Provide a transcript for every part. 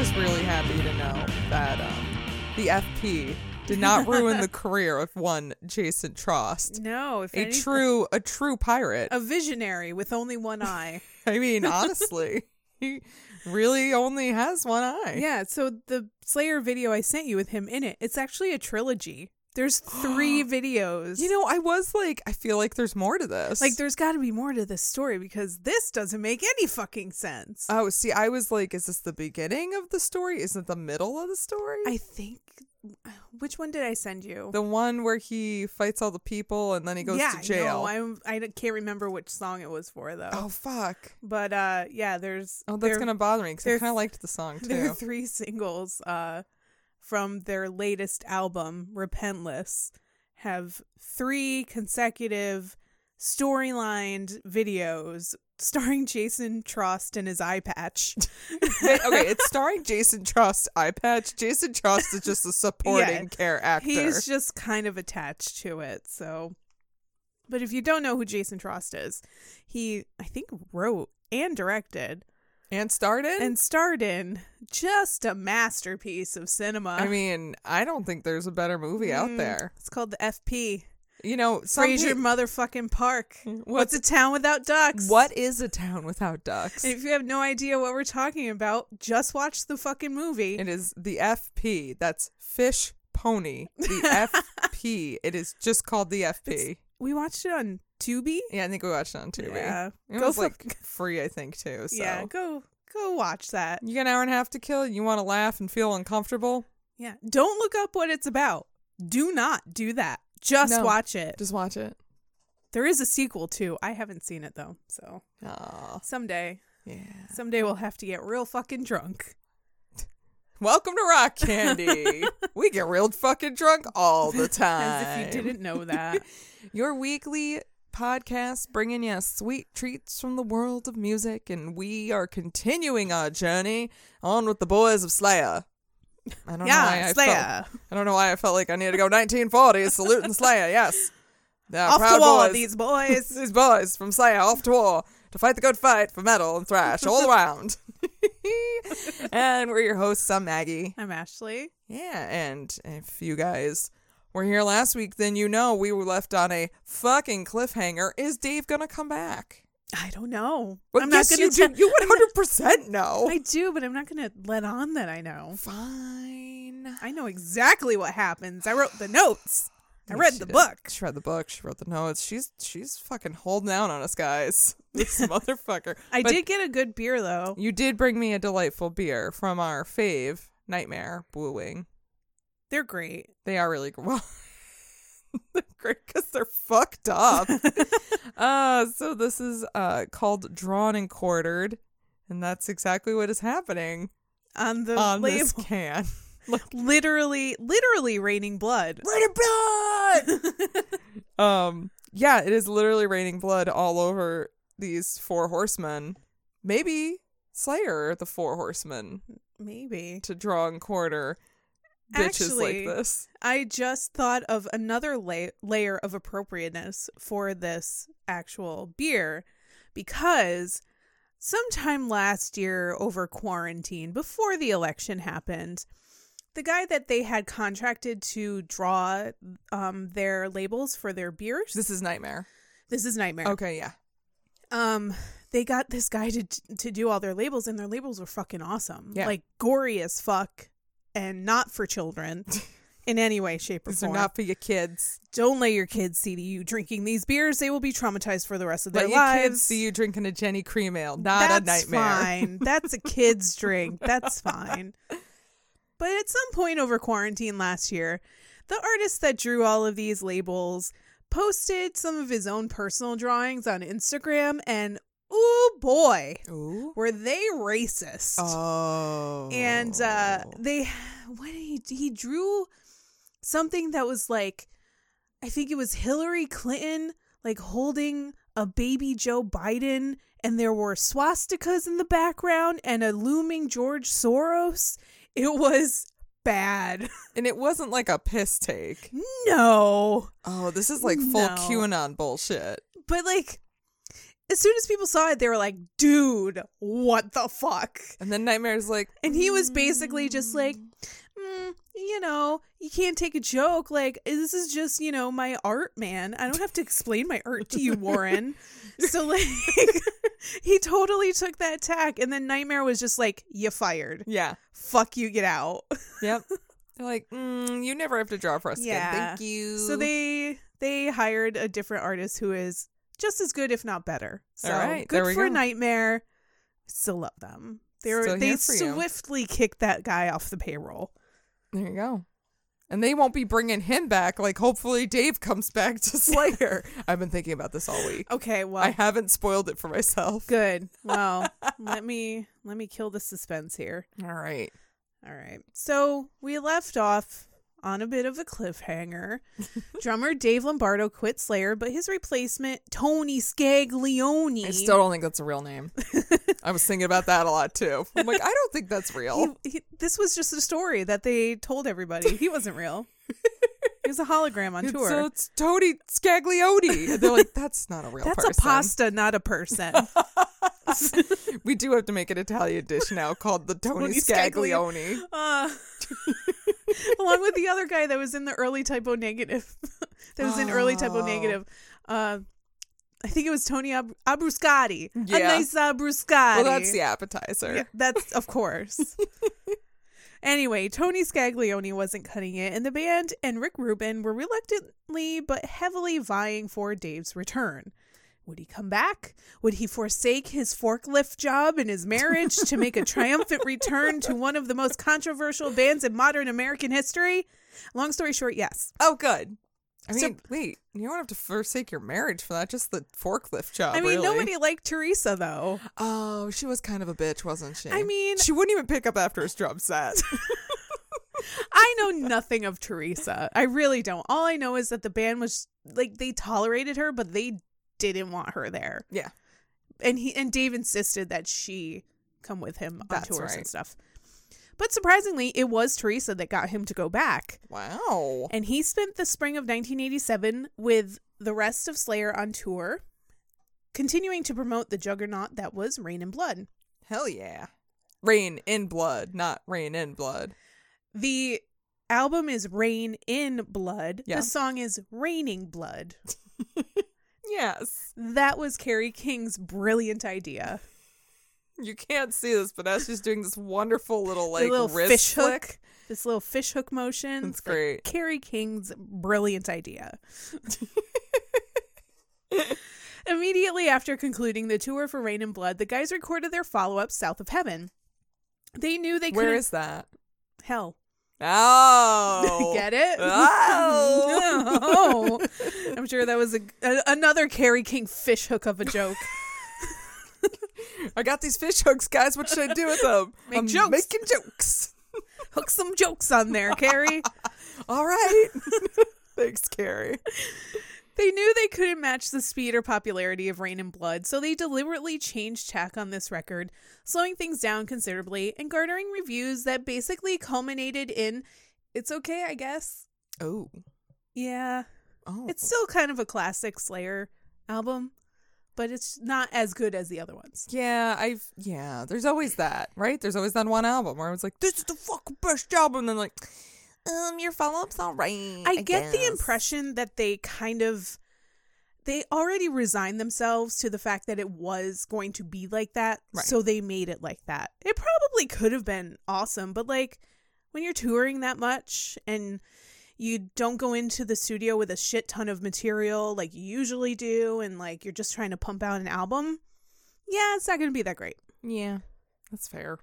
happy to know that um, the FP did not ruin the career of one Jason Trost, No, if a any- Oh. true a true pirate. a visionary with only one eye. I mean, honestly, he really only has one eye. yeah, so the Slayer video I sent you with him in it, it's actually a trilogy. There's three videos. You know, I was like, I feel like there's more to this. like there's got to be more to this story because this doesn't make any fucking sense. Oh, see, I was like, is this the beginning of the story? Is it the middle of the story? I think which one did I send you? the one where he fights all the people and then he goes yeah, to jail. I know. I I can't remember which song it was for though. oh fuck! But uh yeah, there's Oh, that's there- gonna bother me because I they're- kind of liked the song There are too. three singles uh, from their latest album, Repentless, have three consecutive storylined videos starring Jason Trost and his eye patch. Wait, okay, it's starring Jason Trost. Eye patch. Jason Trost is just a supporting care actor. He's just kind of attached to it, so. But if you don't know who Jason Trost is, he I think wrote and directed and started. and starred in just a masterpiece of cinema. I mean, I don't think there's a better movie out Mm, there. It's called the FP. You know, some Fraser peo- motherfucking Park. What's What's- a town without ducks? What is a town without ducks? And if you have no idea what we're talking about, just watch the fucking movie. It is the FP. That's fish pony. The FP. It is just called the FP. we watched it on Tubi. yeah, I think we watched it on Tubi. Yeah. It Go was fuck- like free, I think, too. So Yeah, go go watch that. you got an hour and a half to kill. You want to laugh and feel uncomfortable? Yeah, don't look up what it's about. Do not do that. Just No. watch it. Just watch it. There is a sequel too. I haven't seen it though, so Aw, someday, yeah. someday we'll have to get real fucking drunk. Welcome to Rock Candy. we get real fucking drunk all the time. As if you didn't know that. Your weekly podcast bringing you sweet treats from the world of music, and we are continuing our journey on with the boys of Slayer. I don't know why yeah, I felt. Slayer. I don't know why I felt like I needed to go 1940s saluting Slayer. Yes, the Off proud the wall, boys, these boys. these boys from Slayer off to war to fight the good fight for metal and thrash all around. and we're your hosts. I'm Maggie. I'm Ashley. Yeah, and if you guys were here last week, then you know we were left on a fucking cliffhanger. Is Dave gonna come back? I don't know. Well, I'm yes, not you going to. do. You one hundred percent know. I do, but I'm not going to let on that I know. Fine. I know exactly what happens. I wrote the notes. I read She the did. book. She read the book. She wrote the notes. She's she's fucking holding down on us guys. This motherfucker. I But did get a good beer though. You did bring me a delightful beer from our fave Nightmare Blue Wing. They're great. They are really well. they're great because they're fucked up. uh, so this is uh called drawn and quartered, and that's exactly what is happening On Um, the on label, this can. literally, literally raining blood. Raining blood. um, yeah, it is literally raining blood all over these four horsemen. Maybe Slayer, the four horsemen, Maybe. to draw and quarter bitches Actually, like this. I just thought of another la- layer of appropriateness for this actual beer because sometime last year over quarantine, before the election happened, the guy that they had contracted to draw um, their labels for their beers, this, This Oh. is nightmare. is Nightmare. Okay, yeah. Um, they got this guy to to do all their labels, and their labels were fucking awesome. Yeah. Like gory as fuck, and not for children in any way, shape, or These form are not for your kids. don't let your kids see you drinking these beers. They will be traumatized for the rest of their Let your lives. kids see you drinking a Jenny Cream Ale, not That's a nightmare. fine. That's a kid's drink. That's fine. But at some point over quarantine last year, the artist that drew all of these labels posted some of his own personal drawings on Instagram, and oh boy, Ooh. were they racist! Oh. and uh they what did he he drew something that was like i think it was hillary clinton like holding a baby joe biden and there were swastikas in the background and a looming george soros it was bad and it wasn't like a piss take. no Oh, this is like full No. QAnon bullshit. but like as soon as people saw it, they were like, dude, what the fuck? And then Nightmare's like, And he was basically just like, mm, you know, you can't take a joke. Like, this is just, you know, my art, man. I don't have to explain my art to you, Warren. so, like, he totally took that tack. And then Nightmare was just like, you fired. yeah, Fuck you, get out. yep. They're like, mm, you never have to draw for us Yeah. again. Thank you. So they they hired a different artist who is just as good, if not better. So All right, good there we for go. Nightmare. Still love them. They were, Still they here for you. swiftly kicked that guy off the payroll. There you go. And they won't be bringing him back. Like, hopefully, Dave comes back to Slayer. I've been thinking about this all week. Okay, well, I haven't spoiled it for myself. good. Well, let me let me kill the suspense here. All right. All right. So we left off on a bit of a cliffhanger. Drummer Dave Lombardo quit Slayer, but his replacement Tony Scaglione. I still don't think that's a real name. I was thinking about that a lot too. I'm like, I don't think that's real. he, he, this was just a story that they told everybody. He wasn't real. he was a hologram on tour. So it's Tony Scaglione. And they're like, that's not a real That's a person. pasta, not a person. we do have to make an Italian dish now called the Tony, Tony Scaglione. Scaglione. Uh, along with the other guy that was in the early typo negative. that was in early typo Oh. negative. Uh, I think it was Tony Ab- Abruscati. A Yeah. nice Abruscati. Well, that's the appetizer. Yeah, that's of course. anyway, Tony Scaglione wasn't cutting it, and the band and Rick Rubin were reluctantly but heavily vying for Dave's return. Would he come back? Would he forsake his forklift job and his marriage to make a triumphant return to one of the most controversial bands in modern American history? Long story short, yes. Oh, good. I mean, So- wait, you don't have to forsake your marriage for that. Just the forklift job. I mean, really. nobody liked Teresa though. Oh, she was kind of a bitch, wasn't she? I mean- she wouldn't even pick up after his drum set. I know nothing of Teresa. I really don't. All I know is that the band was like they tolerated her, but they didn't want her there. yeah. And he and Dave insisted that she come with him on That's tours and right. stuff. But surprisingly, it was Teresa that got him to go back. Wow. And he spent the spring of 1987 with the rest of Slayer on tour, continuing to promote the juggernaut that was Rain and Blood. Hell yeah. Rain in blood, not rain in blood. The album is Rain in Blood. Yeah. The song is Raining Blood. Yes. That was Carrie King's brilliant idea. You can't see this, but as she's doing this wonderful little The like little wrist fish flick. hook, this little fish hook motion. That's It's like great. Carrie King's brilliant idea. Immediately after concluding the tour for Rain and Blood, the guys recorded their follow up South of Heaven. They knew they Where couldn't is that? hell. Oh. Get it? Oh. No. I'm sure that was a, a- another Carrie King fish hook of a joke. I got these fish hooks, guys. What should I do with them? Make I'm jokes. Making jokes. hook some jokes on there, Carrie. All right. Thanks, Carrie. They knew they couldn't match the speed or popularity of Rain and Blood, so they deliberately changed tack on this record, slowing things down considerably and garnering reviews that basically culminated in it's okay, I guess. Oh. Yeah. Oh. It's still kind of a classic Slayer album, but it's not as good as the other ones. Yeah, I've yeah. There's always that, right? There's always that one album where I was like, "This is the fucking best album," and then like, um, your follow up's all right. I, get the guess." impression that they kind of they already resigned themselves to the fact that it was going to be like that, Right. so they made it like that. It probably could have been awesome, but like when you're touring that much and you don't go into the studio with a shit ton of material like you usually do and like you're just trying to pump out an album, yeah, it's not going to be that great. Yeah, that's fair.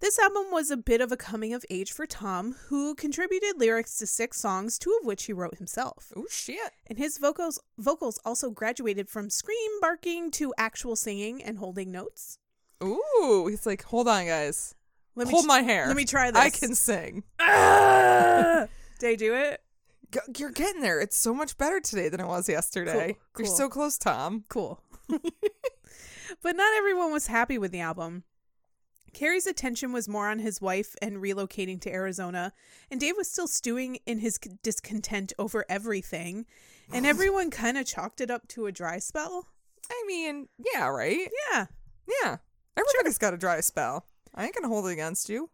This album was a bit of a coming of age for Tom, who contributed lyrics to six songs, two of which he wrote himself. Oh shit. And his vocals vocals also graduated from scream barking to actual singing and holding notes. Ooh, he's like, hold on, guys, Let me hold tr- my hair. Let me try this. I can sing. Ah! Did I do it? G- you're getting there. It's so much better today than it was yesterday. Cool, You're cool. so close, Tom. Cool. but not everyone was happy with the album. Carrie's attention was more on his wife and relocating to Arizona, and Dave was still stewing in his c- discontent over everything, and everyone kind of chalked it up to a dry spell. I mean, yeah, right? Yeah. Yeah. Everybody's got a dry spell. I ain't gonna hold it against you.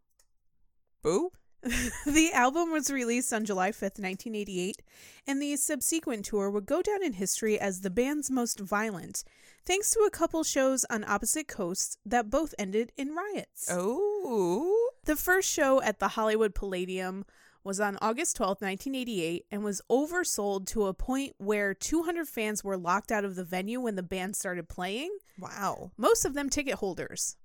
Boo. the album was released on July 5th, 1988, and the subsequent tour would go down in history as the band's most violent, thanks to a couple shows on opposite coasts that both ended in riots. Oh. The first show at the Hollywood Palladium was on August 12th, 1988, and was oversold to a point where 200 fans were locked out of the venue when the band started playing Wow. most of them ticket holders.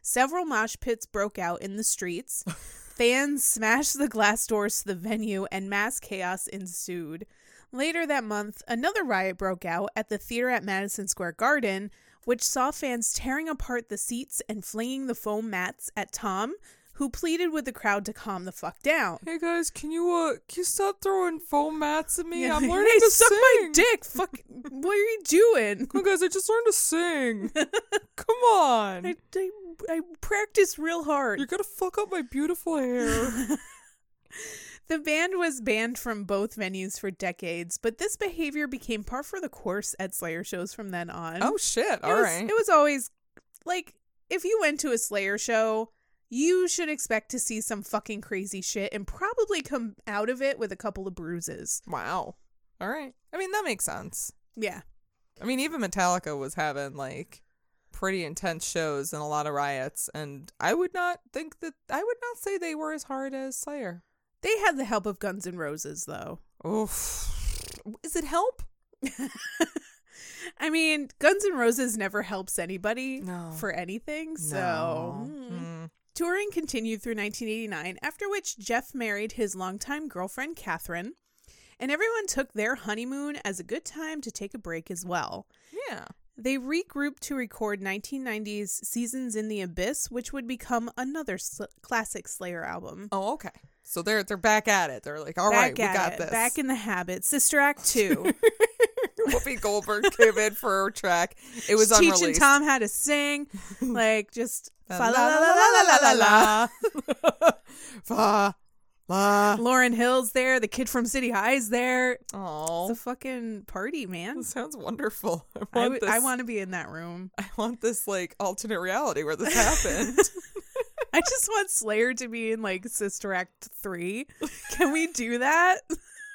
Several mosh pits broke out in the streets. Fans smashed the glass doors to the venue and mass chaos ensued. Later that month, another riot broke out at the theater at Madison Square Garden, which saw fans tearing apart the seats and flinging the foam mats at Tom, who pleaded with the crowd to calm the fuck down. Hey guys, can you uh can you stop throwing foam mats at me? Yeah, I'm like, learning "Hey, to suck sing. my dick. Fuck, what are you doing? Come on, guys, I just learned to sing. Come on. I, I, I practice real hard. You're gonna fuck up my beautiful hair. The band was banned from both venues for decades, but this behavior became par for the course at Slayer shows from then on. oh shit. it All was, right. It was always like if you went to a Slayer show, you should expect to see some fucking crazy shit and probably come out of it with a couple of bruises. Wow. All right. I mean that makes sense. Yeah. I mean even Metallica was having like pretty intense shows and a lot of riots and I would not think that I would not say they were as hard as Slayer. They had the help of Guns N' Roses though. Oof. Is it help? I mean, Guns N' Roses never helps anybody No. for anything, so No. mm. Mm. Touring continued through 1989, after which Jeff married his longtime girlfriend, Catherine, and everyone took their honeymoon as a good time to take a break as well. Yeah. They regrouped to record 1990's Seasons in the Abyss, which would become another sl- classic Slayer album. Oh, okay. So they're they're back at it. They're like, all right, we got it, this. Back in the habit. Sister Act 2. Whoopi Goldberg came in for a track. It was Teaching unreleased. Tom how to sing. Like, just. La fa- la la la la la la. Fa la. Lauren Hill's there. The kid from City High's there. It's Oh, a fucking party, man. sounds wonderful. I want I, w- this. I want to be in that room. I want this like alternate reality where this happened. I just want Slayer to be in like Sister Act 3. Can we do that?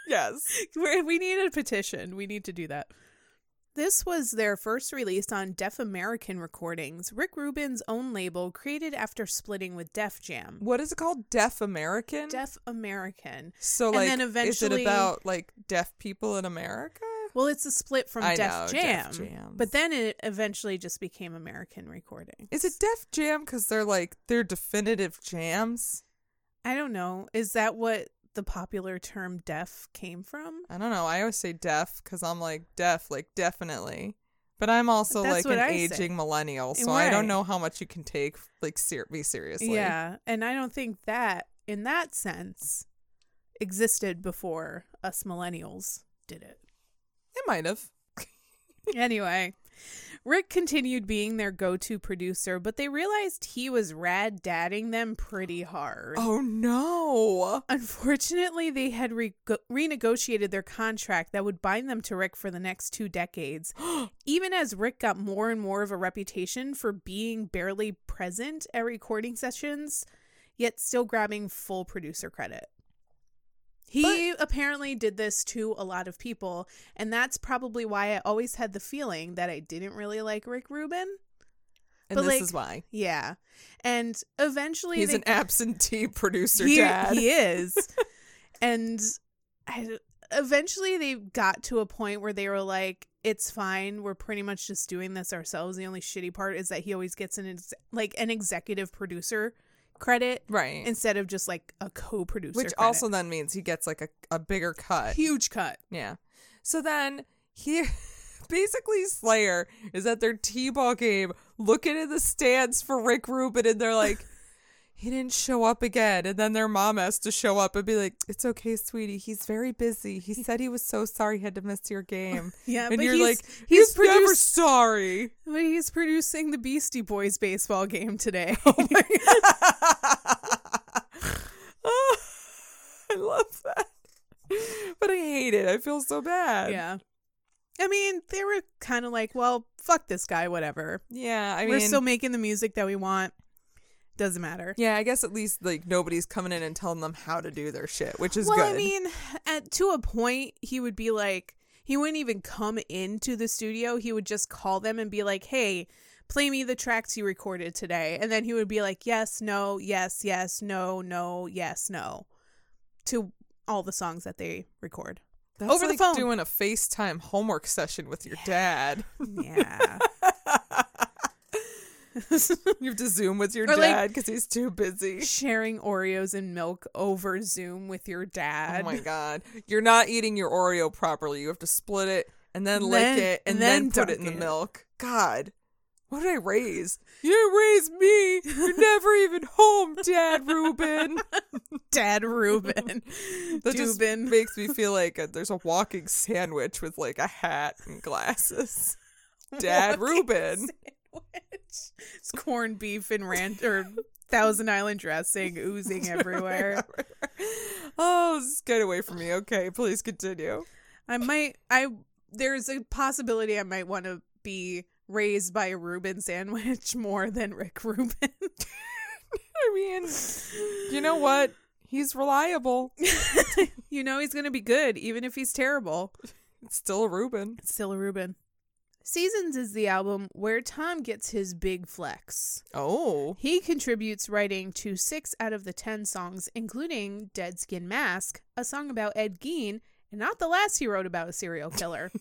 yes. We're, we need a petition. We need to do that. This was their first release on Deaf American Recordings, Rick Rubin's own label created after splitting with Def Jam. What is it called? Deaf American. Deaf American. So and like, then is eventually- it about like deaf people in America? Well, it's a split from I Def, know, Jam, Def Jam. But then it eventually just became American Recordings. Is it Def Jam because they're like they're definitive jams? I don't know. Is that what the popular term deaf came from? I don't know. I always say deaf because I'm like deaf, like definitely. But I'm also like That's what an I say. aging millennial, so I Right. don't know how much you can take like ser- me seriously. Yeah, and I don't think that, in that sense, existed before us millennials did it. it might have. anyway, Rick continued being their go to producer, but they realized he was rad dadding them pretty hard. Oh no! Unfortunately, they had re- renegotiated their contract that would bind them to Rick for the next two decades. Even as Rick got more and more of a reputation for being barely present at recording sessions, yet still grabbing full producer credit. He apparently did this to a lot of people, and that's probably why I always had the feeling that I didn't really like Rick Rubin. And But, this like, is why Yeah. And eventually he's they an absentee producer he, dad. he is. and I, eventually they got to a point where they were like, it's fine. We're pretty much just doing this ourselves. The only shitty part is that he always gets an ex- like an executive producer credit right, instead of just like a co-producer, which credit. also then means he gets like a a bigger cut. huge cut. Yeah. So then he basically Slayer is at their T-ball game looking in the stands for Rick Rubin and they're like he didn't show up again and then their mom has to show up and be like it's okay sweetie he's very busy he said he was so sorry he had to miss your game Yeah, and but you're he's- like he's he's, never produced- sorry But he's producing the Beastie Boys baseball game today. Oh, I love that but I hate it I feel so bad yeah. I mean, they were kind of like, well, fuck this guy, whatever. Yeah, I mean, we're still making the music that we want. Doesn't matter. yeah, I guess at least like nobody's coming in and telling them how to do their shit, which is well, good. I mean, at to a point, he would be like, he wouldn't even come into the studio. He would just call them and be like, "Hey, play me the tracks you recorded today," and then he would be like, "Yes, no, yes, yes, no, no, yes, no," to all the songs that they record. That's over the like phone. doing a FaceTime homework session with your dad. Yeah. You have to Zoom with your Or, like- dad because he's too busy. Sharing Oreos and milk over Zoom with your dad. Oh my god. You're not eating your Oreo properly. You have to split it and then And lick then- it and and then, then put it in dunk the it. milk. God. What did I raise? You didn't raise me. You're never even home, Dad Ruben. Dad Ruben. That just Dubin. makes me feel like a, there's a walking sandwich with like a hat and glasses. Dad Walking Reuben. Sandwich. It's corned beef and ranch or Thousand Island dressing oozing everywhere. Oh, just get away from me. Okay, please continue. I might I there's a possibility I might want to be raised by a Reuben sandwich more than Rick Reuben. I mean, you know what? He's reliable. you know he's gonna be good, even if he's terrible. It's still a Reuben. It's still a Reuben. Seasons is the album where Tom gets his big flex. Oh. He contributes writing to six out of the ten songs, including Dead Skin Mask, a song about Ed Gein, and not the last he wrote about a serial killer.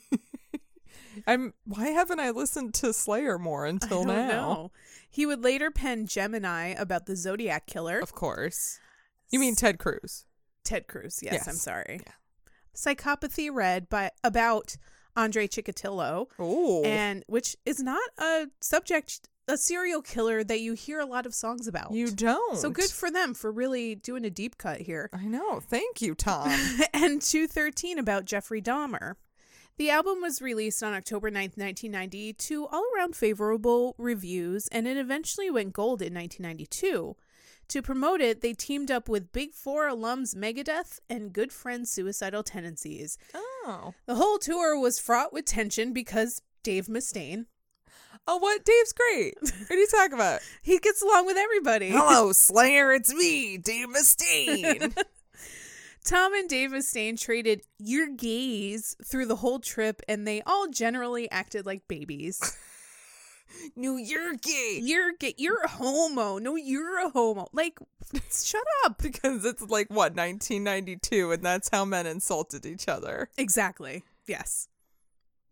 I'm. Why haven't I listened to Slayer more until I don't now? know. He would later pen Gemini about the Zodiac Killer. Of course. You mean Ted Cruz? Ted Cruz, yes, Yes. I'm sorry. Yeah. Psychopathy Red by about Andre Chicatillo, Oh, and which is not a subject a serial killer that you hear a lot of songs about. you don't. so good for them for really doing a deep cut here. I know. Thank you, Tom. and 213 about Jeffrey Dahmer. The album was released on October 9th, 1990 to all around favorable reviews and it eventually went gold in 1992. To promote it, they teamed up with Big Four alums Megadeth and good friend Suicidal Tendencies. oh. The whole tour was fraught with tension because Dave Mustaine, Oh, what? Dave's great. What are you talking about? he gets along with everybody. Hello, Slayer. It's me, Dave Mustaine. Tom and Dave Mustaine traded your gaze through the whole trip and they all generally acted like babies. New Year gay. You're gay. You're a homo. No, you're a homo. Like, shut up. Because it's like what 1992, and that's how men insulted each other. Exactly. Yes.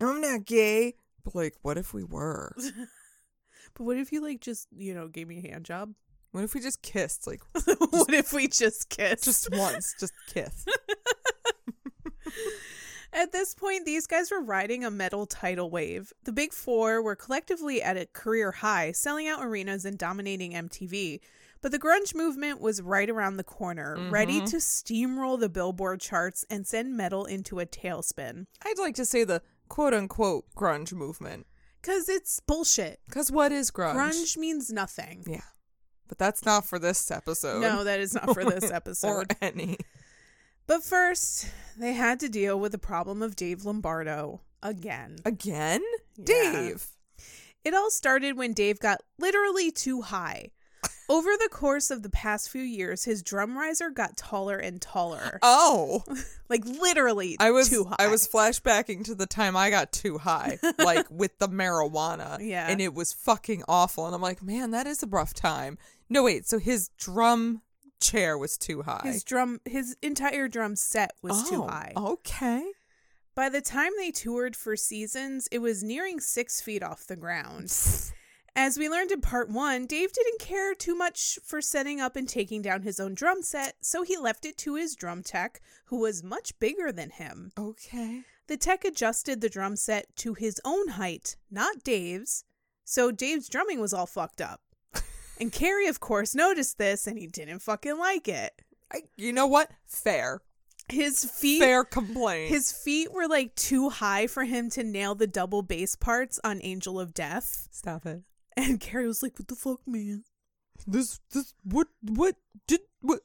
I'm not gay. But like, what if we were? But what if you like just you know gave me a hand job? What if we just kissed? Like, what if we just kissed? just once, just kiss. At this point, these guys were riding a metal tidal wave. The Big Four were collectively at a career high, selling out arenas and dominating MTV. But the grunge movement was right around the corner, ready Mm-hmm. to steamroll the Billboard charts and send metal into a tailspin. I'd like to say the quote unquote grunge movement. Cause it's bullshit. Because what is grunge? Grunge means nothing. Yeah. But that's not for this episode. No, that is not for this Or episode. any. but first, they had to deal with the problem of Dave Lombardo again. Again? Yeah. Dave. It all started when Dave got literally too high. Over the course of the past few years, his drum riser got taller and taller. Oh. Like literally I was too high. I was flashbacking to the time I got too high, like with the marijuana. Yeah. And it was fucking awful. And I'm like, man, that is a rough time. No, wait, so his drum chair was too high. his drum his entire drum set was too Oh, high. Okay. By the time they toured for seasons, it was nearing six feet off the ground. As we learned in part one, Dave didn't care too much for setting up and taking down his own drum set, so he left it to his drum tech, who was much bigger than him. Okay. The tech adjusted the drum set to his own height, not Dave's, so Dave's drumming was all fucked up. And Carrie, of course, noticed this and he didn't fucking like it. I, you know what? Fair. His feet Fair complaint. his feet were like too high for him to nail the double bass parts on Angel of Death. Stop it. And Carrie was like, What the fuck, man? This this what what did what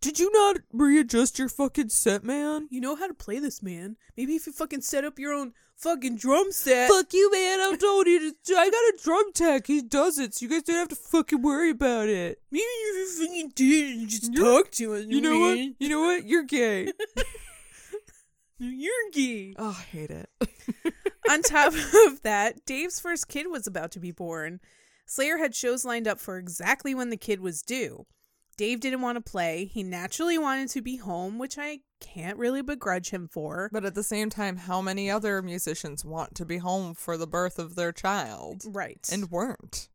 Did you not readjust your fucking set, man? You know how to play this, man. Maybe if you fucking set up your own fucking drum set. Fuck you, man. I'm told you. To, I got a drum tech. He does it, so you guys don't have to fucking worry about it. Maybe if you fucking did and just You're- talk to us, You know what? man. You know what? You're gay. You're gay. oh, I hate it. On top of that, Dave's first kid was about to be born. Slayer had shows lined up for exactly when the kid was due. Dave didn't want to play. He naturally wanted to be home, which I can't really begrudge him for. But at the same time, how many other musicians want to be home for the birth of their child Right. And, and weren't?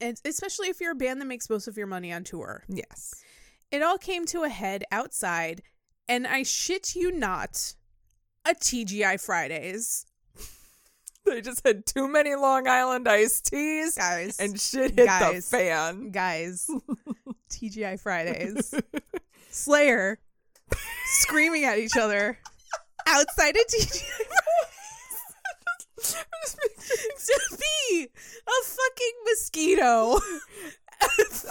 and especially if you're a band that makes most of your money on tour. Yes. It all came to a head outside, and I shit you not, a TGI Fridays. They just had too many Long Island iced teas Guys. and shit hit Guys. the fan. guys. TGI Fridays. Slayer screaming at each other outside of TGI Fridays. to be a fucking mosquito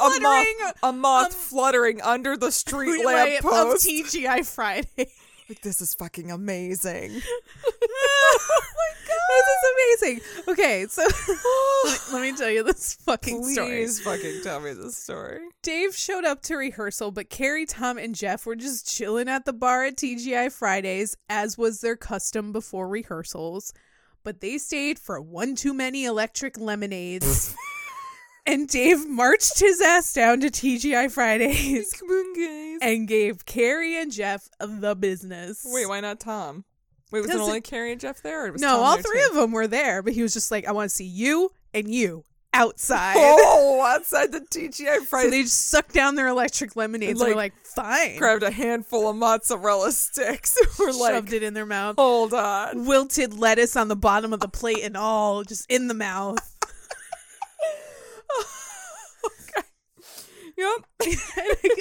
A moth, fluttering a moth um, fluttering under the street lamp lamp of post. TGI Friday. Like, this is fucking amazing. oh my god, this is amazing. Okay, so let, me, let me tell you this fucking story. Please fucking tell me this story. Dave showed up to rehearsal, but Carrie, Tom, and Jeff were just chilling at the bar at TGI Fridays, as was their custom before rehearsals. But they stayed for one too many electric lemonades. and Dave marched his ass down to TGI Fridays Come on, guys. and gave Carrie and Jeff the business. Wait, why not Tom? Wait, was it Because only Carrie and Jeff there? Or was No, Tom all there three too? of them were there, but he was just like, I want to see you and you outside. Oh, outside the TGI So Fridays. they just sucked down their electric lemonades and were Like, like, fine. grabbed a handful of mozzarella sticks and were shoved like, it in their mouth. hold on. Wilted lettuce on the bottom of the plate and all just in the mouth. Yep.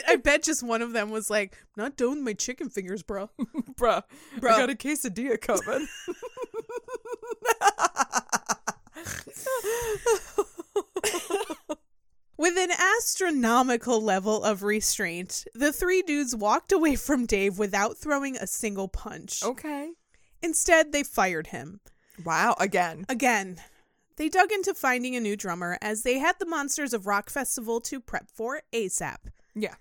I bet just one of them was like, "I'm not done with my chicken fingers, bro. Bruh, Bruh. I got a quesadilla coming. With an astronomical level of restraint, the three dudes walked away from Dave without throwing a single punch. okay. Instead, they fired him. Wow, again. Again, they dug into finding a new drummer as they had the Monsters of Rock Festival to prep for ASAP. Yeah.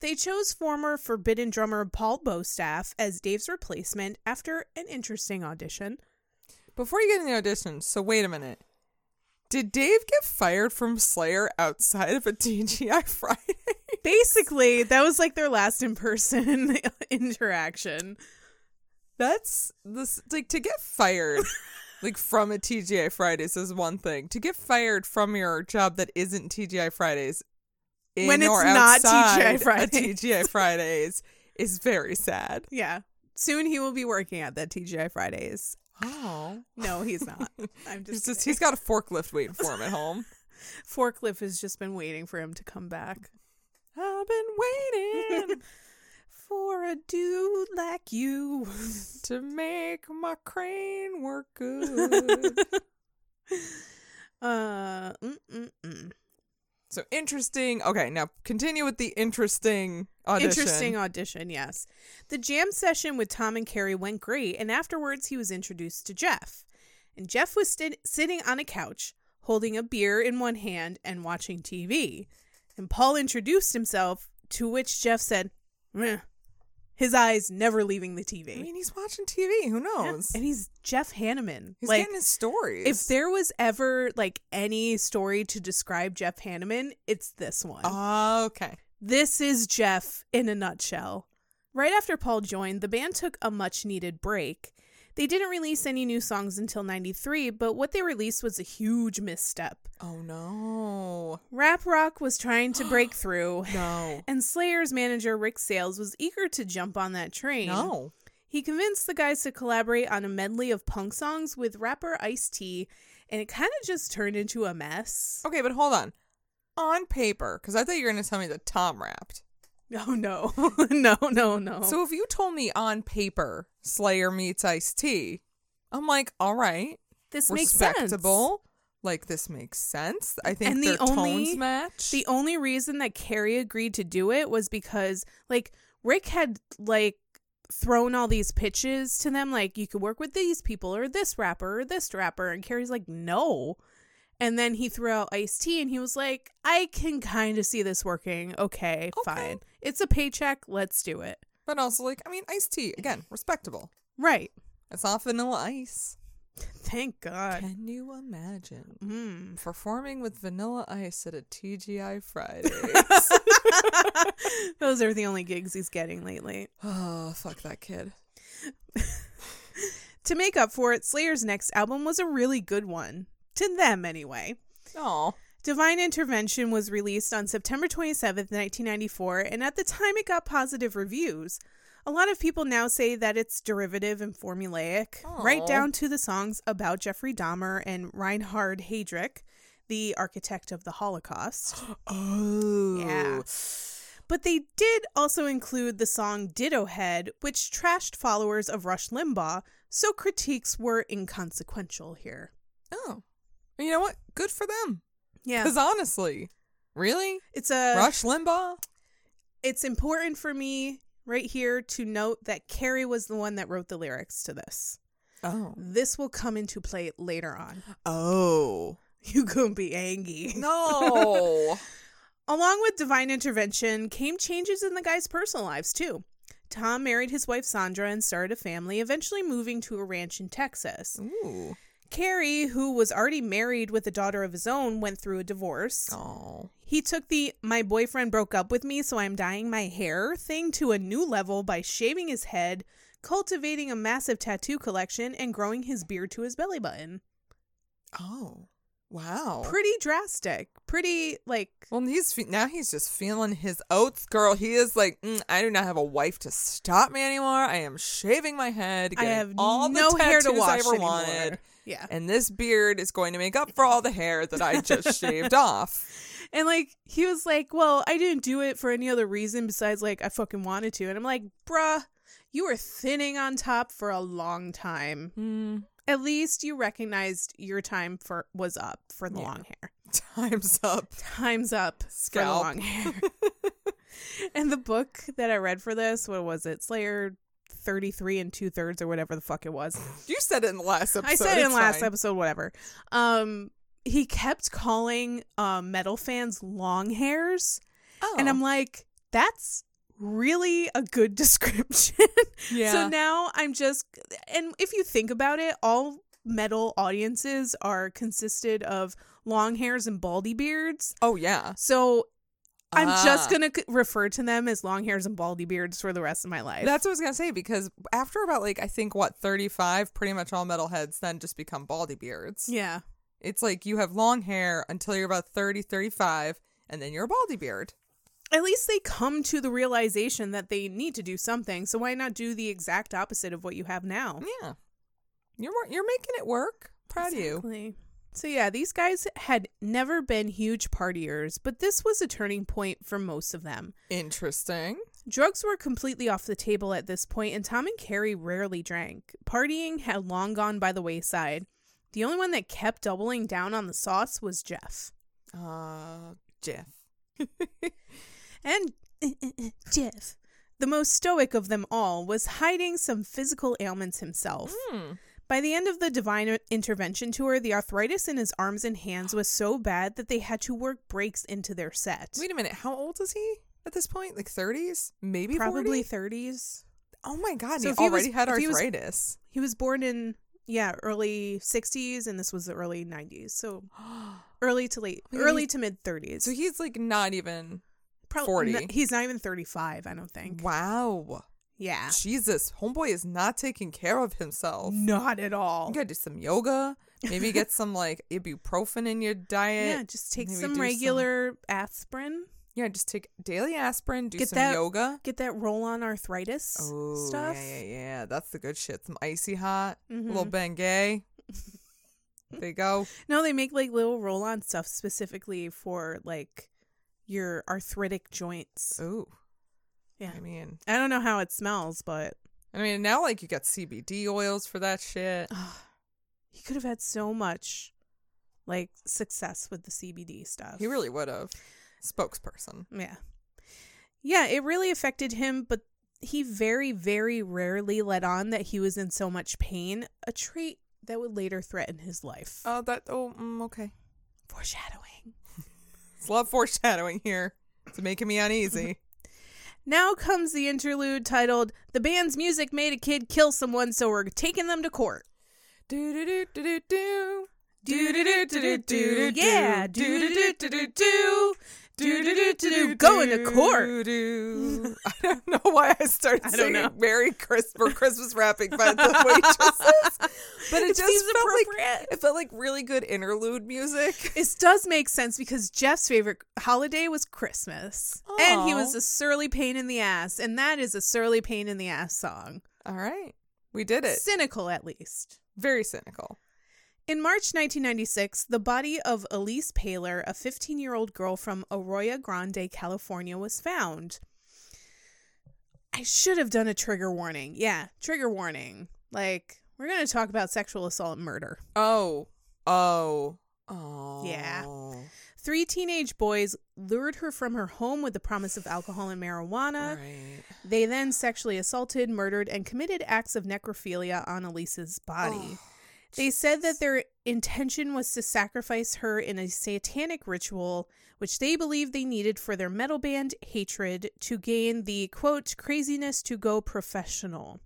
They chose former Forbidden drummer Paul Bostaff as Dave's replacement after an interesting audition. Before you get in the audition, so wait a minute. Did Dave get fired from Slayer outside of a TGI Friday? Basically, that was like their last in person interaction. That's this like to get fired like from a TGI Fridays is one thing. To get fired from your job that isn't TGI Fridays in When it's or not outside TGI a Fridays. TGI Fridays is very sad. Yeah. Soon he will be working at that TGI Fridays. Oh. No, he's not. I'm just, It's just he's got a forklift waiting for him at home. forklift has just been waiting for him to come back. I've been waiting For a dude like you. to make my crane work good. Uh, mm, mm, mm. So interesting. Okay, now continue with the interesting audition. Interesting audition, yes. The jam session with Tom and Carrie went great, and afterwards he was introduced to Jeff. And Jeff was sti- sitting on a couch, holding a beer in one hand and watching TV. And Paul introduced himself, to which Jeff said, Meh. his eyes never leaving the I TV. mean, he's watching TV. Who knows? And he's Jeff Hanneman. He's like, getting his stories. if there was ever like any story to describe Jeff Hanneman, it's this one. Ah, okay. This is Jeff in a nutshell. Right after Paul joined, the band took a much needed break. They didn't release any new songs until 93, but what they released was a huge misstep. Oh no, Rap rock was trying to break through, no, and Slayer's manager Rick Sales was eager to jump on that train. no! He convinced the guys to collaborate on a medley of punk songs with rapper Ice T, and it kind of just turned into a mess. Okay, but hold on. On paper, because I thought you were going to tell me that Tom rapped. Oh no, no, no, no. So if you told me on paper Slayer meets Ice T, I'm like, all right, this makes sense. respectable. like this makes sense. I think And the their only- tones match. The only reason that Carrie agreed to do it was because like Rick had like thrown all these pitches to them like you could work with these people or this rapper or this rapper and Carrie's like no. And then he threw out Ice T and he was like I can kind of see this working. Okay, Okay. fine. It's a paycheck, let's do it. but also like I mean iced tea, again, respectable. Right. It's not vanilla ice. Thank God. Can you imagine? Mm. Performing with vanilla ice at a TGI Friday. Those are the only gigs he's getting lately. oh, fuck that kid. To make up for it, Slayer's next album was a really good one. To them, anyway. Oh. Divine Intervention was released on September 27th, 1994, and at the time it got positive reviews. A lot of people now say that it's derivative and formulaic, right Aw. down to the songs about Jeffrey Dahmer and Reinhard Heydrich, the architect of the Holocaust. Oh. Yeah. But they did also include the song Ditto Head, which trashed followers of Rush Limbaugh, so critiques were inconsequential here. Oh. And You know what? Good for them. Yeah. Uh, Because honestly, really? It's a Rush Limbaugh? it's important for me right here to note that Carrie was the one that wrote the lyrics to this. Oh. This will come into play later on. Oh. You gonna be angry. No. Along with divine intervention came changes in the guy's personal lives too. Tom married his wife Sandra and started a family, eventually moving to a ranch in Texas. Ooh. Carrie, who was already married with a daughter of his own, went through a divorce. Oh. He took the my boyfriend broke up with me, so I'm dyeing my hair thing to a new level by shaving his head, cultivating a massive tattoo collection, and growing his beard to his belly button. Oh. Wow. Pretty drastic. Pretty, like, well, he's fe- now he's just feeling his oats, girl. He is like, mm, I do not have a wife to stop me anymore. I am shaving my head. I getting have all no the hair to tattoos wash I ever anymore. wanted, Yeah. and this beard is going to make up for all the hair that I just shaved off. And, like, he was like, well, I didn't do it for any other reason besides, like, I fucking wanted to. And I'm like, bruh, you were thinning on top for a long time. Mm, At least you recognized your time for was up for the Yeah. long hair. time's up. time's up for the Scalp. long hair. and the book that I read for this, what was it? Slayer 33 and two thirds or whatever the fuck it was. You said it in the last episode. I said it in it's last fine. episode, whatever. Um, he kept calling uh, metal fans long hairs. Oh. And I'm like, that's really a good description. yeah. So now I'm just, and if you think about it, all metal audiences are consisted of long hairs and baldy beards. oh yeah. So I'm just Ah. going to c- refer to them as long hairs and baldy beards for the rest of my life. That's what I was gonna say because after about like I think what thirty five, pretty much all metalheads then just become baldy beards. yeah. It's like you have long hair until you're about 30, 35, and then you're a baldy beard. At least they come to the realization that they need to do something. So why not do the exact opposite of what you have now? Yeah, you're wor- you're making it work. Proud of you. Exactly. So yeah, these guys had never been huge partiers, but this was a turning point for most of them. Interesting. Drugs were completely off the table at this point, and Tom and Carrie rarely drank. Partying had long gone by the wayside. The only one that kept doubling down on the sauce was Jeff. Uh, Jeff. And Jeff, the most stoic of them all, was hiding some physical ailments himself. Hmm. By the end of the Divine Intervention Tour, the arthritis in his arms and hands was so bad that they had to work breaks into their set. Wait a minute. How old is he at this point? Like thirties, maybe Probably 40? 30s. Oh my god, So he if he was- already had if he was- arthritis. He was born in, yeah, early 60s, and this was the early 90s. So early to late, Wait, early he- to mid 30s. so he's like not even. 40. he's not even 35, I don't Mm, think. Wow. Yeah. Jesus, homeboy is not taking care of himself. Not at all. You gotta do some yoga. Maybe get some like ibuprofen in your diet. Yeah, just take maybe do some some- regular aspirin. Yeah, just take daily aspirin, do Get some that yoga. Get that roll on arthritis Oh, stuff. yeah, yeah, yeah. That's the good shit. Some icy hot, Mhm. little Bengay. there you go. No, they make like little roll on stuff specifically for like your arthritic joints. Ooh. Yeah. I mean, I don't know how it smells, but I mean, now like you got CBD oils for that shit. he could have had so much like success with the CBD stuff. He really would have. Spokesperson. Yeah. Yeah, it really affected him, but he very, very rarely let on that he was in so much pain, a trait that would later threaten his life. Oh, that. Oh, mm, okay. Foreshadowing. It's a lot of foreshadowing here. It's making me uneasy. Now comes the interlude titled The Band's Music Made a Kid Kill Someone, so we're taking them to court. do do do do do do. Do do do do do do yeah. Do do do do do do. Do do do do do. do Going to court. court. I don't know why I started I don't singing know. Merry Christmas, Christmas wrapping by the waitresses, but it, It just seems felt like appropriate. it felt like really good interlude music. This does make sense because Jeff's favorite holiday was Christmas. And he Aw. was a surly pain in the ass. And that is a surly pain in the ass song. All right, we did it. Cynical, at least. Very cynical. In March 1996, the body of Elise Paler, a 15 year old girl from Arroyo Grande, California, was found. I should have done a trigger warning. Yeah, trigger warning. Like, we're going to talk about sexual assault and murder. Oh, oh, oh. Yeah. Three teenage boys lured her from her home with the promise of alcohol and marijuana. Right. They then sexually assaulted, murdered, and committed acts of necrophilia on Elise's body. Oh, They said that their intention was to sacrifice her in a satanic ritual, which they believed they needed for their metal band Hatred to gain the quote craziness to go professional.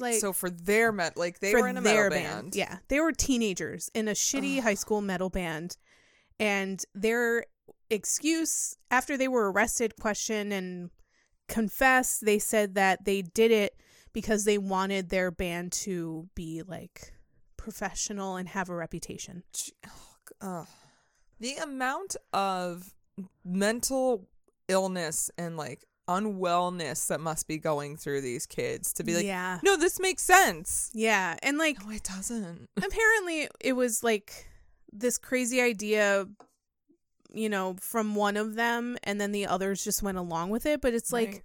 Wait, like- so for their met, like they for were in a their metal band. Yeah, they were teenagers in a shitty high school metal band, and their excuse after they were arrested, questioned, and confessed, they said that they did it because they wanted their band to be like professional and have a reputation. Gee, oh, g- ugh. the amount of mental illness and like unwellness that must be going through these kids to be like, yeah, no, this makes sense. yeah, and like No, it doesn't. apparently it was like this crazy idea you know from one of them and then the others just went along with it but it's Right. like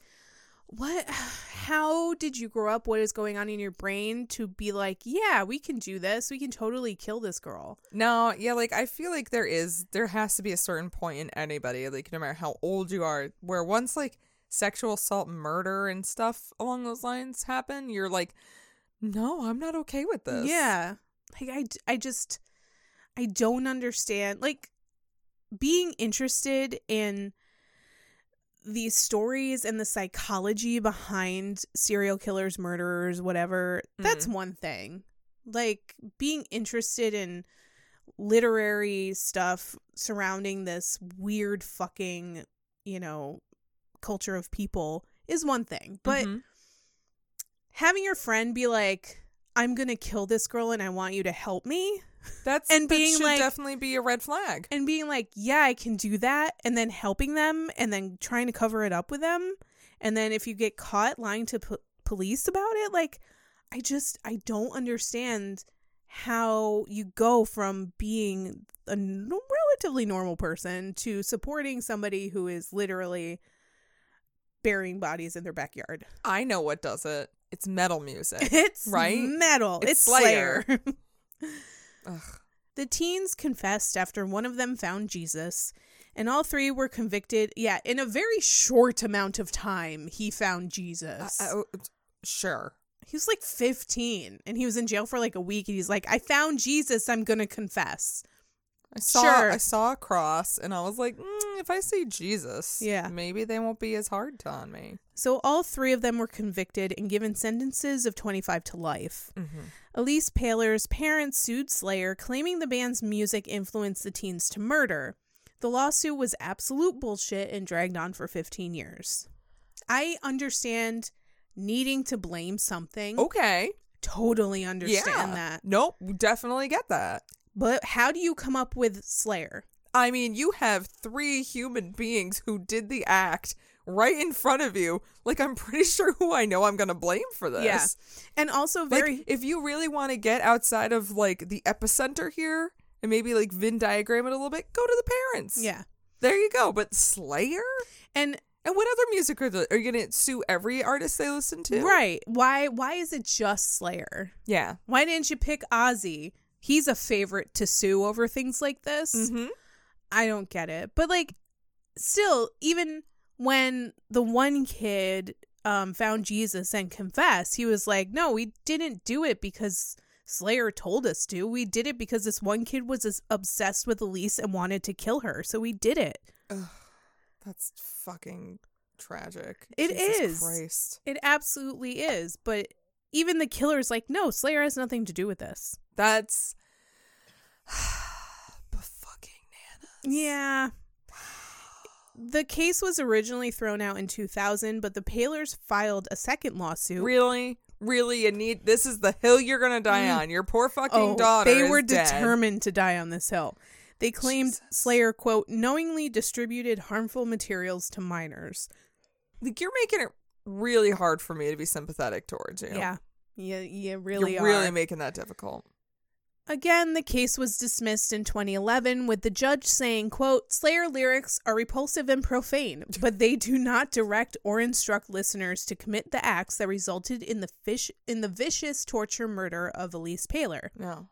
what how did you grow up what is going on in your brain to be like yeah we can do this we can totally kill this girl No, yeah, like I feel like there is, there has to be a certain point in anybody, like no matter how old you are, where once like sexual assault, murder, and stuff along those lines happen, you're like, no, I'm not okay with this. yeah like I, d- I just i don't understand like being interested in these stories and the psychology behind serial killers murderers whatever that's one thing like being interested in literary stuff surrounding this weird fucking you know culture of people is one thing but Mhm. having your friend be like i'm gonna kill this girl and i want you to help me that's that and being should like- definitely be a red flag. and being like yeah i can do that and then helping them and then trying to cover it up with them and then if you get caught lying to po- police about it like i just i don't understand how you go from being a n- relatively normal person to supporting somebody who is literally burying bodies in their backyard I know what does it. It's metal music. It's Right? metal. It's It's, Slayer. Ugh. the teens confessed after one of them found Jesus, and all three were convicted. Yeah, in a very short amount of time, he found I- Jesus. I- oh, it's- sure. he was like 15 and he was in jail for like a week and he's like, I found Jesus, I'm going to confess. I saw Sure. I saw a cross and I was like, mm, if I say Jesus, Yeah. maybe they won't be as hard on me. So all three of them were convicted and given sentences of 25 to life. Mm-hmm. Elise Paler's parents sued Slayer, claiming the band's music influenced the teens to murder. The lawsuit was absolute bullshit and dragged on for 15 years. I understand needing to blame something. Okay. Totally Mm, understand Oh. yeah. that. Nope. Definitely get that. But how do you come up with Slayer? I mean, you have three human beings who did the act right in front of you. Like, I'm pretty sure who I know I'm going to blame for this. And also Like, very if you really want to get outside of like the epicenter here and maybe like Venn diagram it a little bit, go to the parents. Yeah. There you go. But Slayer? And And what other music are, the, are you going to sue every artist they listen to? right, why why is it just Slayer? Yeah. Why didn't you pick Ozzy? he's a favorite to sue over things like this. Mm-hmm. I don't get it. But like still even when the one kid um found Jesus and confessed, he was like, "No, we didn't do it because Slayer told us to. We did it because this one kid was as obsessed with Elise and wanted to kill her. So we did it." That's fucking tragic. It It is. is. Christ. It absolutely is, but even the killer's like, "No, Slayer has nothing to do with this." That's but fucking Nana. Yeah. The case was originally thrown out in 2000, but the Palers filed a second lawsuit. Really? Really you need this is the hill you're gonna die on. Your poor fucking Mm. Oh, daughter. They is were dead. determined to die on this hill. They claimed Jesus. Slayer, quote, knowingly distributed harmful materials to minors. Like you're making it really hard for me to be sympathetic towards you. Yeah. Yeah, you You're really really, are. making that difficult. Again, the case was dismissed in 2011 with the judge saying, quote, Slayer lyrics are repulsive and profane, but they do not direct or instruct listeners to commit the acts that resulted in the fish in the vicious torture murder of Elise Paler. No.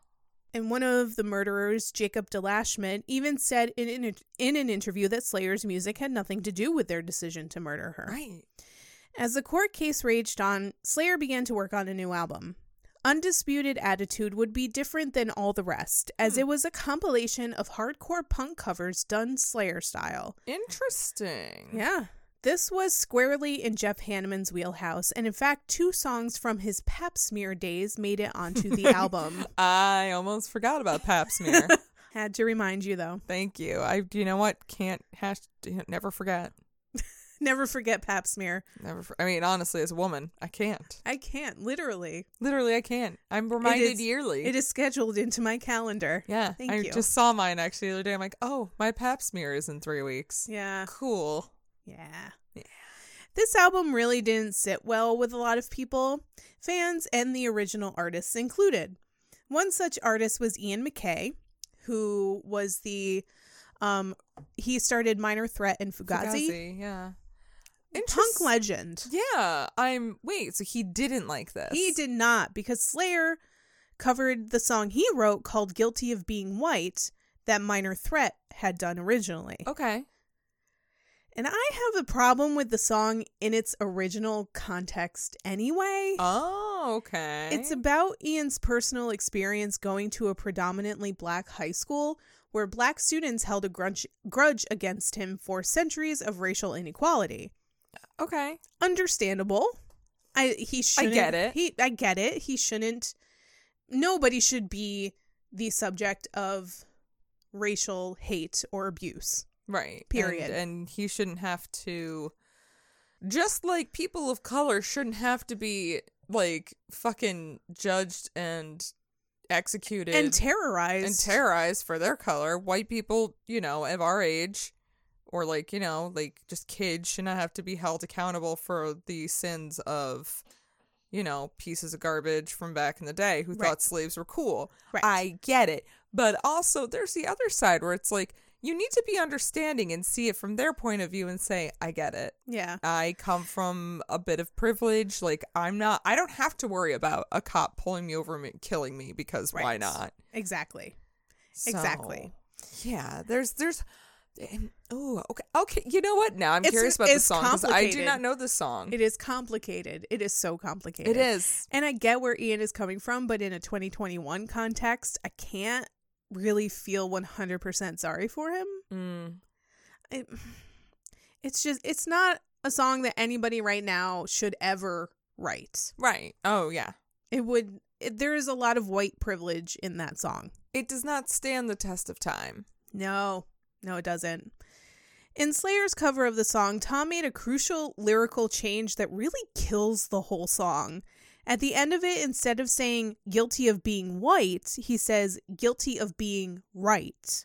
And one of the murderers, Jacob DeLashman, even said in an, in an interview that Slayer's music had nothing to do with their decision to murder her. Right. As the court case raged on, Slayer began to work on a new album. Undisputed Attitude would be different than all the rest, as it was a compilation of hardcore punk covers done Slayer style. Interesting. Yeah. This was squarely in Jeff Hanneman's wheelhouse, and in fact, two songs from his pap smear days made it onto the album. I almost forgot about Pap smear. Had to remind you though. Thank you. I you know what? Can't hash never forget. Never forget pap smear. Never for, I mean honestly as a woman, I can't. I can't, literally. Literally I can't. I'm reminded is- yearly. It is scheduled into my calendar. Yeah. Thank I you. just saw mine actually the other day. I'm like, oh, my pap smear is in three weeks. Yeah. Cool. Yeah. Yeah. This album really didn't sit well with a lot of people, fans, and the original artists included. One such artist was Ian McKay, who was the um he started Minor Threat and Fugazi. Fugazi, yeah. Punk Interest- legend. Yeah. I'm wait, so he didn't like this. He did not, because Slayer covered the song he wrote called Guilty of Being White that Minor Threat had done originally. Okay. And I have a problem with the song in its original context anyway. Oh, okay. It's about Ian's personal experience going to a predominantly black high school where black students held a grunge, grudge against him for centuries of racial inequality. okay. Understandable. I he shouldn't it. He I get it. He shouldn't nobody should be the subject of racial hate or abuse. Right. Period. And, and he shouldn't have to just like people of color shouldn't have to be like fucking judged and executed and terrorized. and terrorized for their color. White people, you know, of our age, or like you know, like just kids should not have to be held accountable for the sins of, you know, pieces of garbage from back in the day who Right. thought slaves were cool. Right. I get it, but also there's the other side where it's like you need to be understanding and see it from their point of view and say, I get it. yeah. I come from a bit of privilege. Like I'm not. I don't have to worry about a cop pulling me over and killing me because why Right. not? Exactly. Exactly. So, Yeah, there's there's oh okay okay you know what now I'm It's- curious about this it's song because I do complicated. not know this song. It is complicated. It is so complicated. it is And I get where Ian is coming from, but in a 2021 context, I can't really feel 100% sorry for him. Mm, It, it's just, it's not a song that anybody right now should ever write. right. Oh yeah, It would, it, there is a lot of white privilege in that song. it does not stand the test of time. No, no, it doesn't. In Slayer's cover of the song, Tom made a crucial lyrical change that really kills the whole song. At the end of it, instead of saying guilty of being white, he says guilty of being right.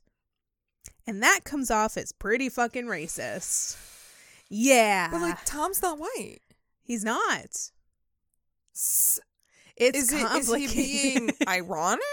And that comes off as pretty fucking racist. Yeah. But like Tom's not white. he's not. S- It's Is it is complicated. he being ironic?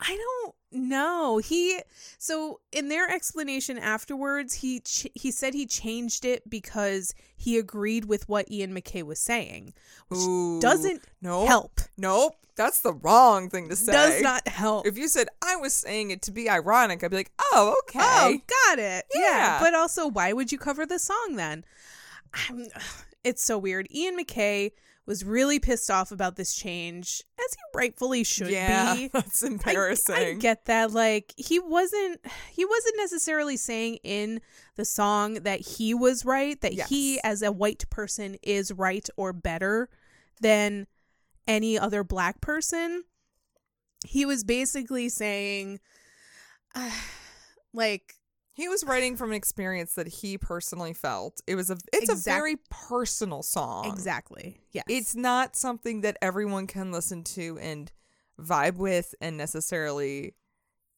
I don't No, he so in their explanation afterwards, he ch- he said he changed it because he agreed with what Ian McKay was saying, which Ooh, doesn't nope, help. Nope, that's the wrong thing to say. Does not help. If you said I was saying it to be ironic, I'd be like, oh, okay. Oh, got it. Yeah. Yeah. But also, why would you cover the song then? I'm, it's so weird. Ian McKay was really pissed off about this change, as he rightfully should yeah, be. that's I- embarrassing. I, get that. Like he wasn't he wasn't necessarily saying in the song that he was right, that he Yes. as a white person is right or better than any other black person. He was basically saying uh, like He was writing from an experience that he personally felt. It was a it's Exact- a very personal song. exactly. Yeah. It's not something that everyone can listen to and vibe with and necessarily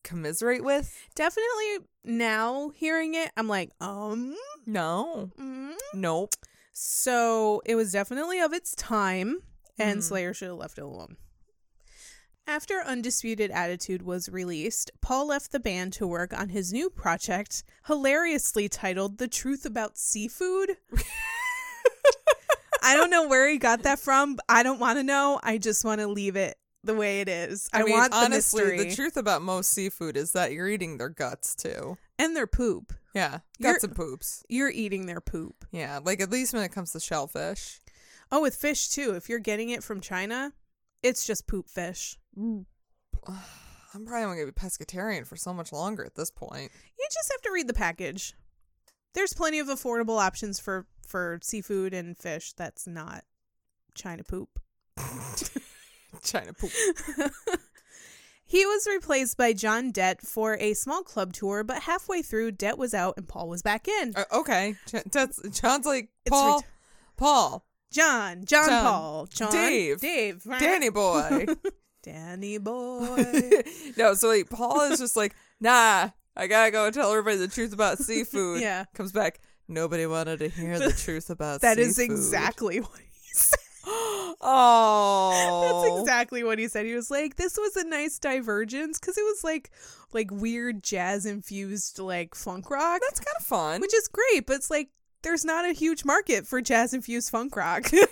commiserate with. Definitely now hearing it, I'm like, um No. mm. Nope. So it was definitely of its time, and Mhm. Slayer should have left it alone. After Undisputed Attitude was released, Paul left the band to work on his new project, hilariously titled The Truth About Seafood. I don't know where he got that from. but I don't want to know. I just want to leave it the way it is. I, mean, want honestly, the mystery truth about most seafood is that you're eating their guts too. and their poop. Yeah. You're- Guts and poops. You're eating their poop. Yeah. Like at least when it comes to shellfish. Oh, with fish too. If you're getting it from China, it's just poop fish. I'm probably only gonna be pescatarian for so much longer at this point. you just have to read the package. There's plenty of affordable options for for seafood and fish that's not China poop. China poop. He was replaced by John Dett for a small club tour, but halfway through, Dett was out and Paul was back in. Uh, okay, Ch- that's John's like It's Paul, ret- Paul, John, John, John, Paul, John, Dave, Dave, Danny boy. Danny boy. no, so like Paul is just like, nah, I gotta go tell everybody the truth about seafood. Yeah. comes back. Nobody wanted to hear the truth about That is seafood." exactly what he said. Oh, That's exactly what he said. He was like, "This was a nice divergence because it was like, like weird jazz infused like funk rock, That's kind of fun. which is great, but it's like there's not a huge market for jazz infused funk rock you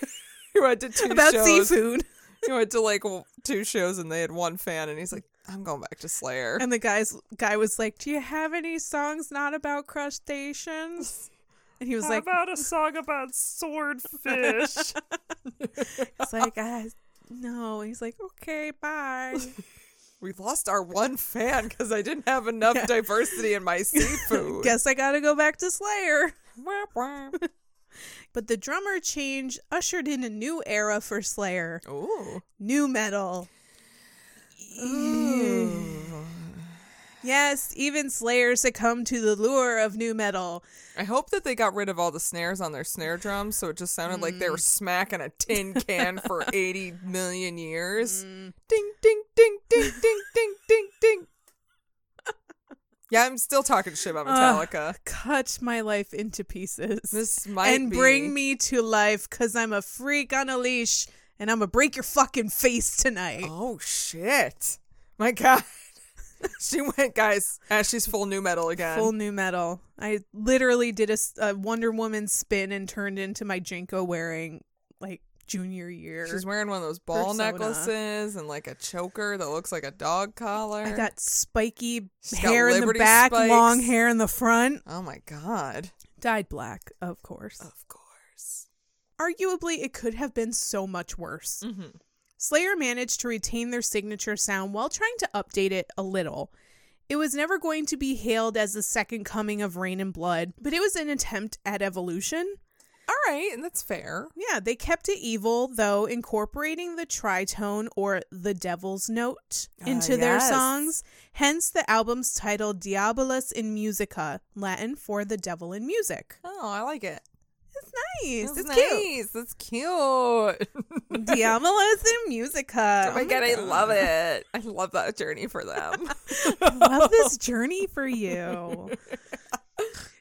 went to two about shows. seafood." You went to like w- two shows and they had one fan, and he's like, I'm going back to Slayer. And the guys guy was like, "Do you have any songs not about crustaceans?" And he was like, about a song about swordfish? "It's like I." No, And he's like, okay, bye. we lost our one fan because I didn't have enough Yeah. diversity in my seafood. Guess I gotta go back to Slayer. Wah, wah. But the drummer change ushered in a new era for Slayer. Ooh. new metal. Yes, even Slayer succumbed to the lure of new metal. I hope that they got rid of all the snares on their snare drums so it just sounded like they were Mm. smacking a tin can for 80 million years. Mm. Ding, ding, ding, ding, ding, ding, ding, ding. Yeah, I'm still talking shit about Ugh. Metallica. Cut my life into pieces this might and be. bring me to life because I'm a freak on a leash and I'm going to break your fucking face tonight. Oh shit! My God, she went, guys. Ashley's full new metal again. Full new metal. I literally did a, s- a Wonder Woman spin and turned into my Jinko wearing like junior year. She's wearing one of those ball Persona. necklaces and like a choker that looks like a dog collar. I got spiky She's got hair in the Liberty back, spikes. long hair in the front. oh my God! Dyed black, of course. Of course. Arguably, it could have been so much worse. Mhm. Slayer managed to retain their signature sound while trying to update it a little. It was never going to be hailed as the second coming of Rain and Blood, but it was an attempt at evolution. All right, and that's fair. Yeah, they kept it evil, though, incorporating the tritone or the devil's note Ah, into their yes. songs, hence the album's title Diabolus in Musica, Latin for the devil in music. Oh, I like it. It's nice. That's It's cute. nice. That's cute. Diabolus in Musica. oh my God, I love it. I love that journey for them. love this journey for you.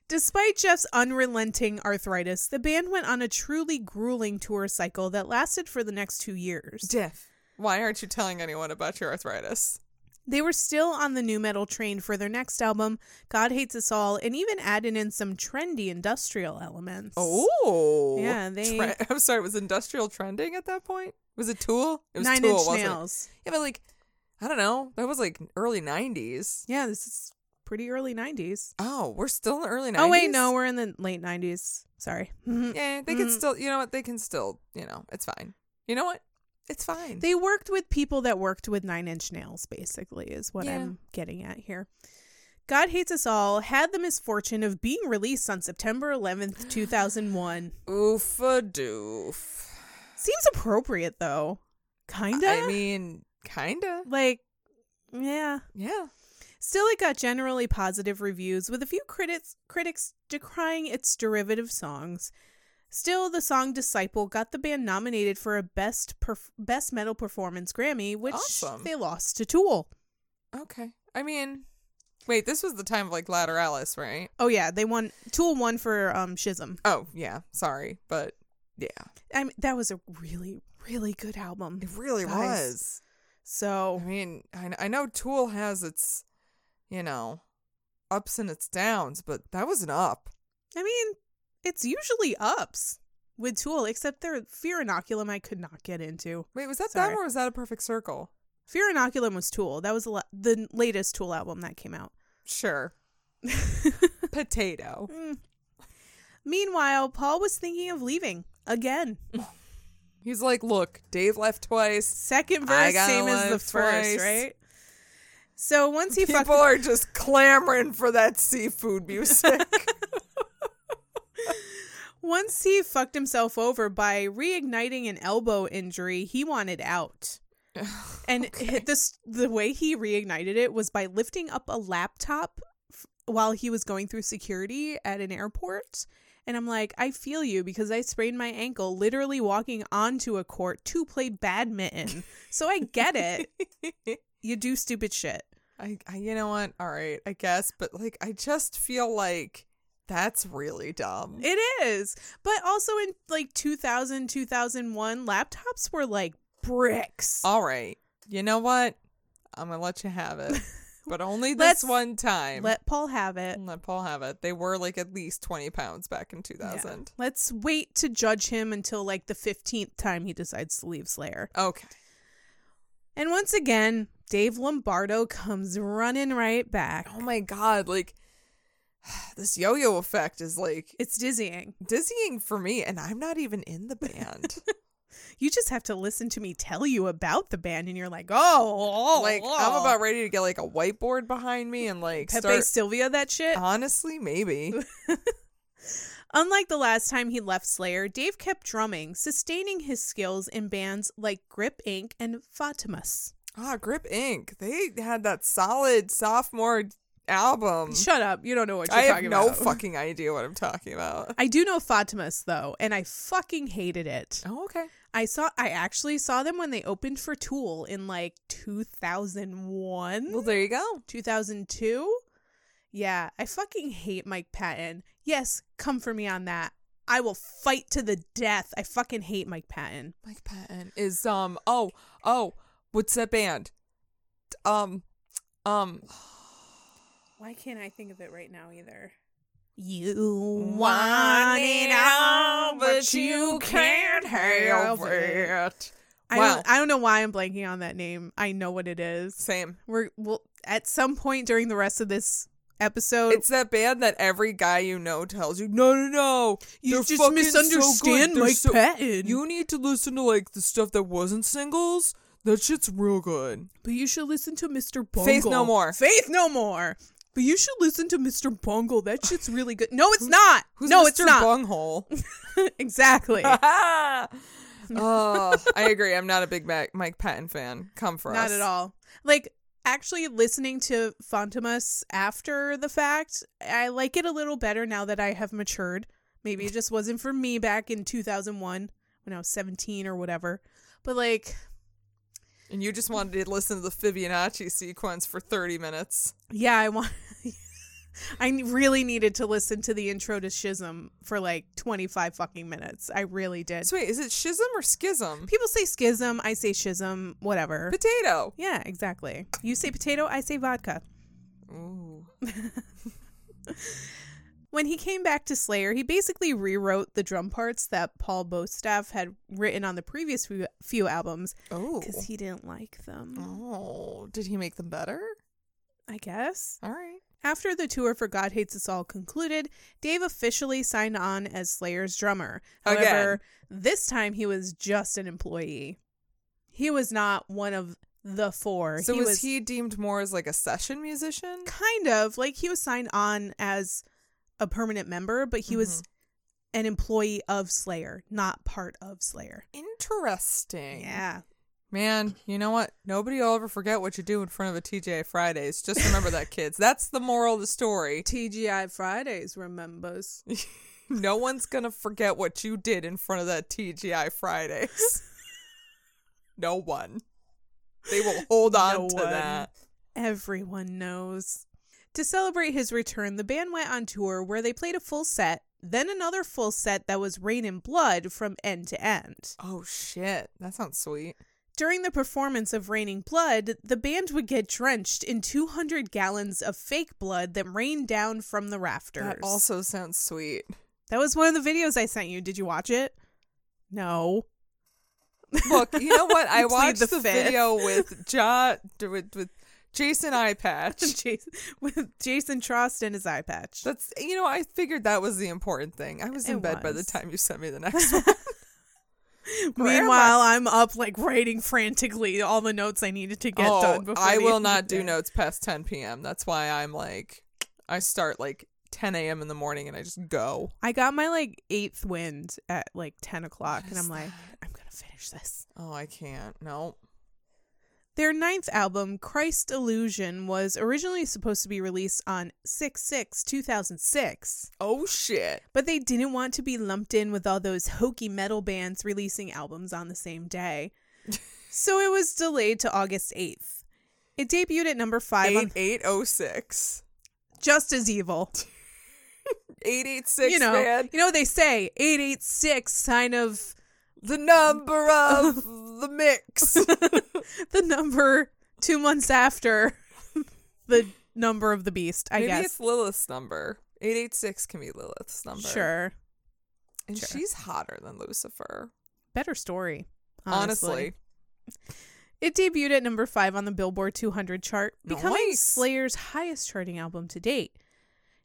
Despite Jeff's unrelenting arthritis, the band went on a truly grueling tour cycle that lasted for the next two years. Jeff, why aren't you telling anyone about your arthritis? They were still on the new metal train for their next album, God Hates Us All, and even added in some trendy industrial elements. Oh. Yeah, they- Tre- I'm sorry, was industrial trending at that point? Was it Tool? It was Nine Tool, Inch wasn't it? Nails. Yeah, but like, I don't know. That was like early 90s. Yeah, this is pretty early 90s. Oh, we're still in the early 90s. Oh, wait, no, we're in the late 90s. Sorry. Yeah, they can Mm. still, you know what? They can still, you know, it's fine. You know what? It's fine. They worked with people that worked with Nine Inch Nails, basically, is what Yeah. I'm getting at here. God Hates Us All had the misfortune of being released on September 11th, 2001. Oof a doof. Seems appropriate, though. Kinda? I mean, kinda. like, yeah. Yeah. Still, it got generally positive reviews, with a few critics critics decrying its derivative songs. Still, the song "Disciple" got the band nominated for a best perf- best metal performance Grammy, which Awesome. they lost to Tool. Okay. I mean, wait, this was the time of like Lateralis, right? Oh yeah, they won. Tool won for um, Schism. Oh, yeah. Sorry, but yeah. I mean, that was a really really good album. It really Guys. was. I So mean, I, kn- I know Tool has its, you know, ups and its downs, but that was an up. I mean, it's usually ups with Tool, except their Fear Inoculum I could not get into. Wait, was that Sorry. them or was that a perfect circle? Fear Inoculum was Tool. That was the la- the latest Tool album that came out. Sure. Potato. Meanwhile, Paul was thinking of leaving again. He's like, look, Dave left twice. Second I verse, got same as the left first, twice. right? So once he fucked, People are just clamoring for that seafood music. once he fucked himself over by reigniting an elbow injury, he wanted out. And hi- this, the way he reignited it was by lifting up a laptop f- while he was going through security at an airport. And I'm like, I feel you because I sprained my ankle literally walking onto a court to play badminton. so I get it. You do stupid shit. I, I you know what? All right, I guess, but like I just feel like that's really dumb. It is. But also in like 2000, 2001, laptops were like bricks. All right. You know what? I'm going to let you have it. But only Let's this one time. Let Paul have it. And let Paul have it. They were like at least 20 pounds back in Yeah. 2000. Let's wait to judge him until like the 15th time he decides to leave Slayer. Okay. And once again, Dave Lombardo comes running right back. Oh my God. Like, this yo yo effect is like It's dizzying. dizzying for me, and I'm not even in the band. You just have to listen to me tell you about the band, and you're like, oh, oh, like, oh. I'm about ready to get like a whiteboard behind me and like Pepe start. Uh. Sylvia that shit. Honestly, maybe. Unlike the last time he left Slayer, Dave kept drumming, sustaining his skills in bands like Grip Inc. and Fatimus. Ah, Grip Inc. They had that solid sophomore album. Shut up! You don't know what you're Mm-hmm. I have talking no about. fucking idea what I'm talking about. I do know Fatimus though, and I fucking hated it. Oh, okay. I saw I actually saw them when they opened for Tool in like 2001. Well, there you go. 2002? Yeah, I fucking hate Mike Patton. Yes, come for me on that. I will fight to the death. I fucking hate Mike Patton. Mike Patton is um oh oh what's that band? Um um Why can't I think of it right now either? You want it all, but you can't have it. I Wow. don't, I don't know why I'm blanking on that name. I know what it is. Same. We're well at some point during the rest of this episode. It's that band that every guy you know tells you, no, no, no. you they're just fucking misunderstand so good. They're Mike so- Patton. You need to listen to like the stuff that wasn't singles. That shit's real good. But you should listen to Mr. Bungle. Faith No More. Faith No More. But you should listen to Mr. Bungle. That shit's really good. No, it's not. Who's no, Mr. it's not. Bunghole? exactly. Not oh, I agree. I'm not a big Mac- Mike Patton fan. Come for us. at all. Like actually listening to Fontamus after the fact, I like it a little better now that I have matured. Maybe it just wasn't for me back in 2001 when I was 17 or whatever. But like And you just wanted to listen to the Fibonacci sequence for 30 minutes. Yeah, I want. I ne- really needed to listen to the intro to Schism for like 25 fucking minutes. I really did. So wait, is it schism or schism? People say schism, I say schism, whatever. Potato. yeah, exactly. You say potato, I say vodka. Ooh. When he came back to Slayer, he basically rewrote the drum parts that Paul Bostaff had written on the previous few, few albums Oh. because he didn't like them, Oh. Did he make them better? I guess. All right. After the tour for God Hates Us All concluded, Dave officially signed on as Slayer's drummer. Again. However, this time he was just an employee. He was not one of the four. So he was, he deemed more as like a session musician? kind of like he was signed on as a permanent member, but he was Mm-hmm. an employee of Slayer, not part of Slayer. Interesting. Yeah. Man, you know what? Nobody will ever forget what you do in front of a TJ Fridays. Just remember that, kids. That's the moral of the story. TGI Fridays remembers. No one's gonna forget what you did in front of that TGI Fridays. no one. They will hold on No to one. that. Everyone knows. To celebrate his return, the band went on tour where they played a full set, then another full set that was Rain and Blood from end to end. Oh shit. That sounds sweet. During the performance of Raining Blood, the band would get drenched in 200 gallons of fake blood that rained down from the rafters. That also sounds sweet. That was one of the videos I sent you. Did you watch it? No. Look, you know what? I Plead watched the the, fifth. video with Ja with, with Jason Eye Patch. Jason, with Jason Trost and his eye patch. That's you know, I figured that was the important thing. I was in It bed by the was. time you sent me the next one. Meanwhile, I'm up like writing frantically all the notes I needed to get done before Oh, I the will end of not the do day. notes past 10 p.m. That's why I'm like, I start like 10 a.m. in the morning and I just go. I got my like eighth wind at like 10 o'clock, and I'm like, I'm going to finish this. Oh, I can't. No. Their ninth album, Christ Illusion, was originally supposed to be released on 6 6 2006, Oh shit. but they didn't want to be lumped in with all those hokey metal bands releasing albums on the same day. so it was delayed to August 8th. It debuted at number 5 on 8806. Just as Evil. 886 you know, man. you know what they say, eight eight six sign of The number of the mix. the number two months after the number of the beast. I Maybe guess it's Lilith's number. 886 can be Lilith's number. sure. And sure. she's hotter than Lucifer. Better story, honestly. Honestly. It debuted at number five on the Billboard 200 chart, becoming Nice. Slayer's highest charting album to date.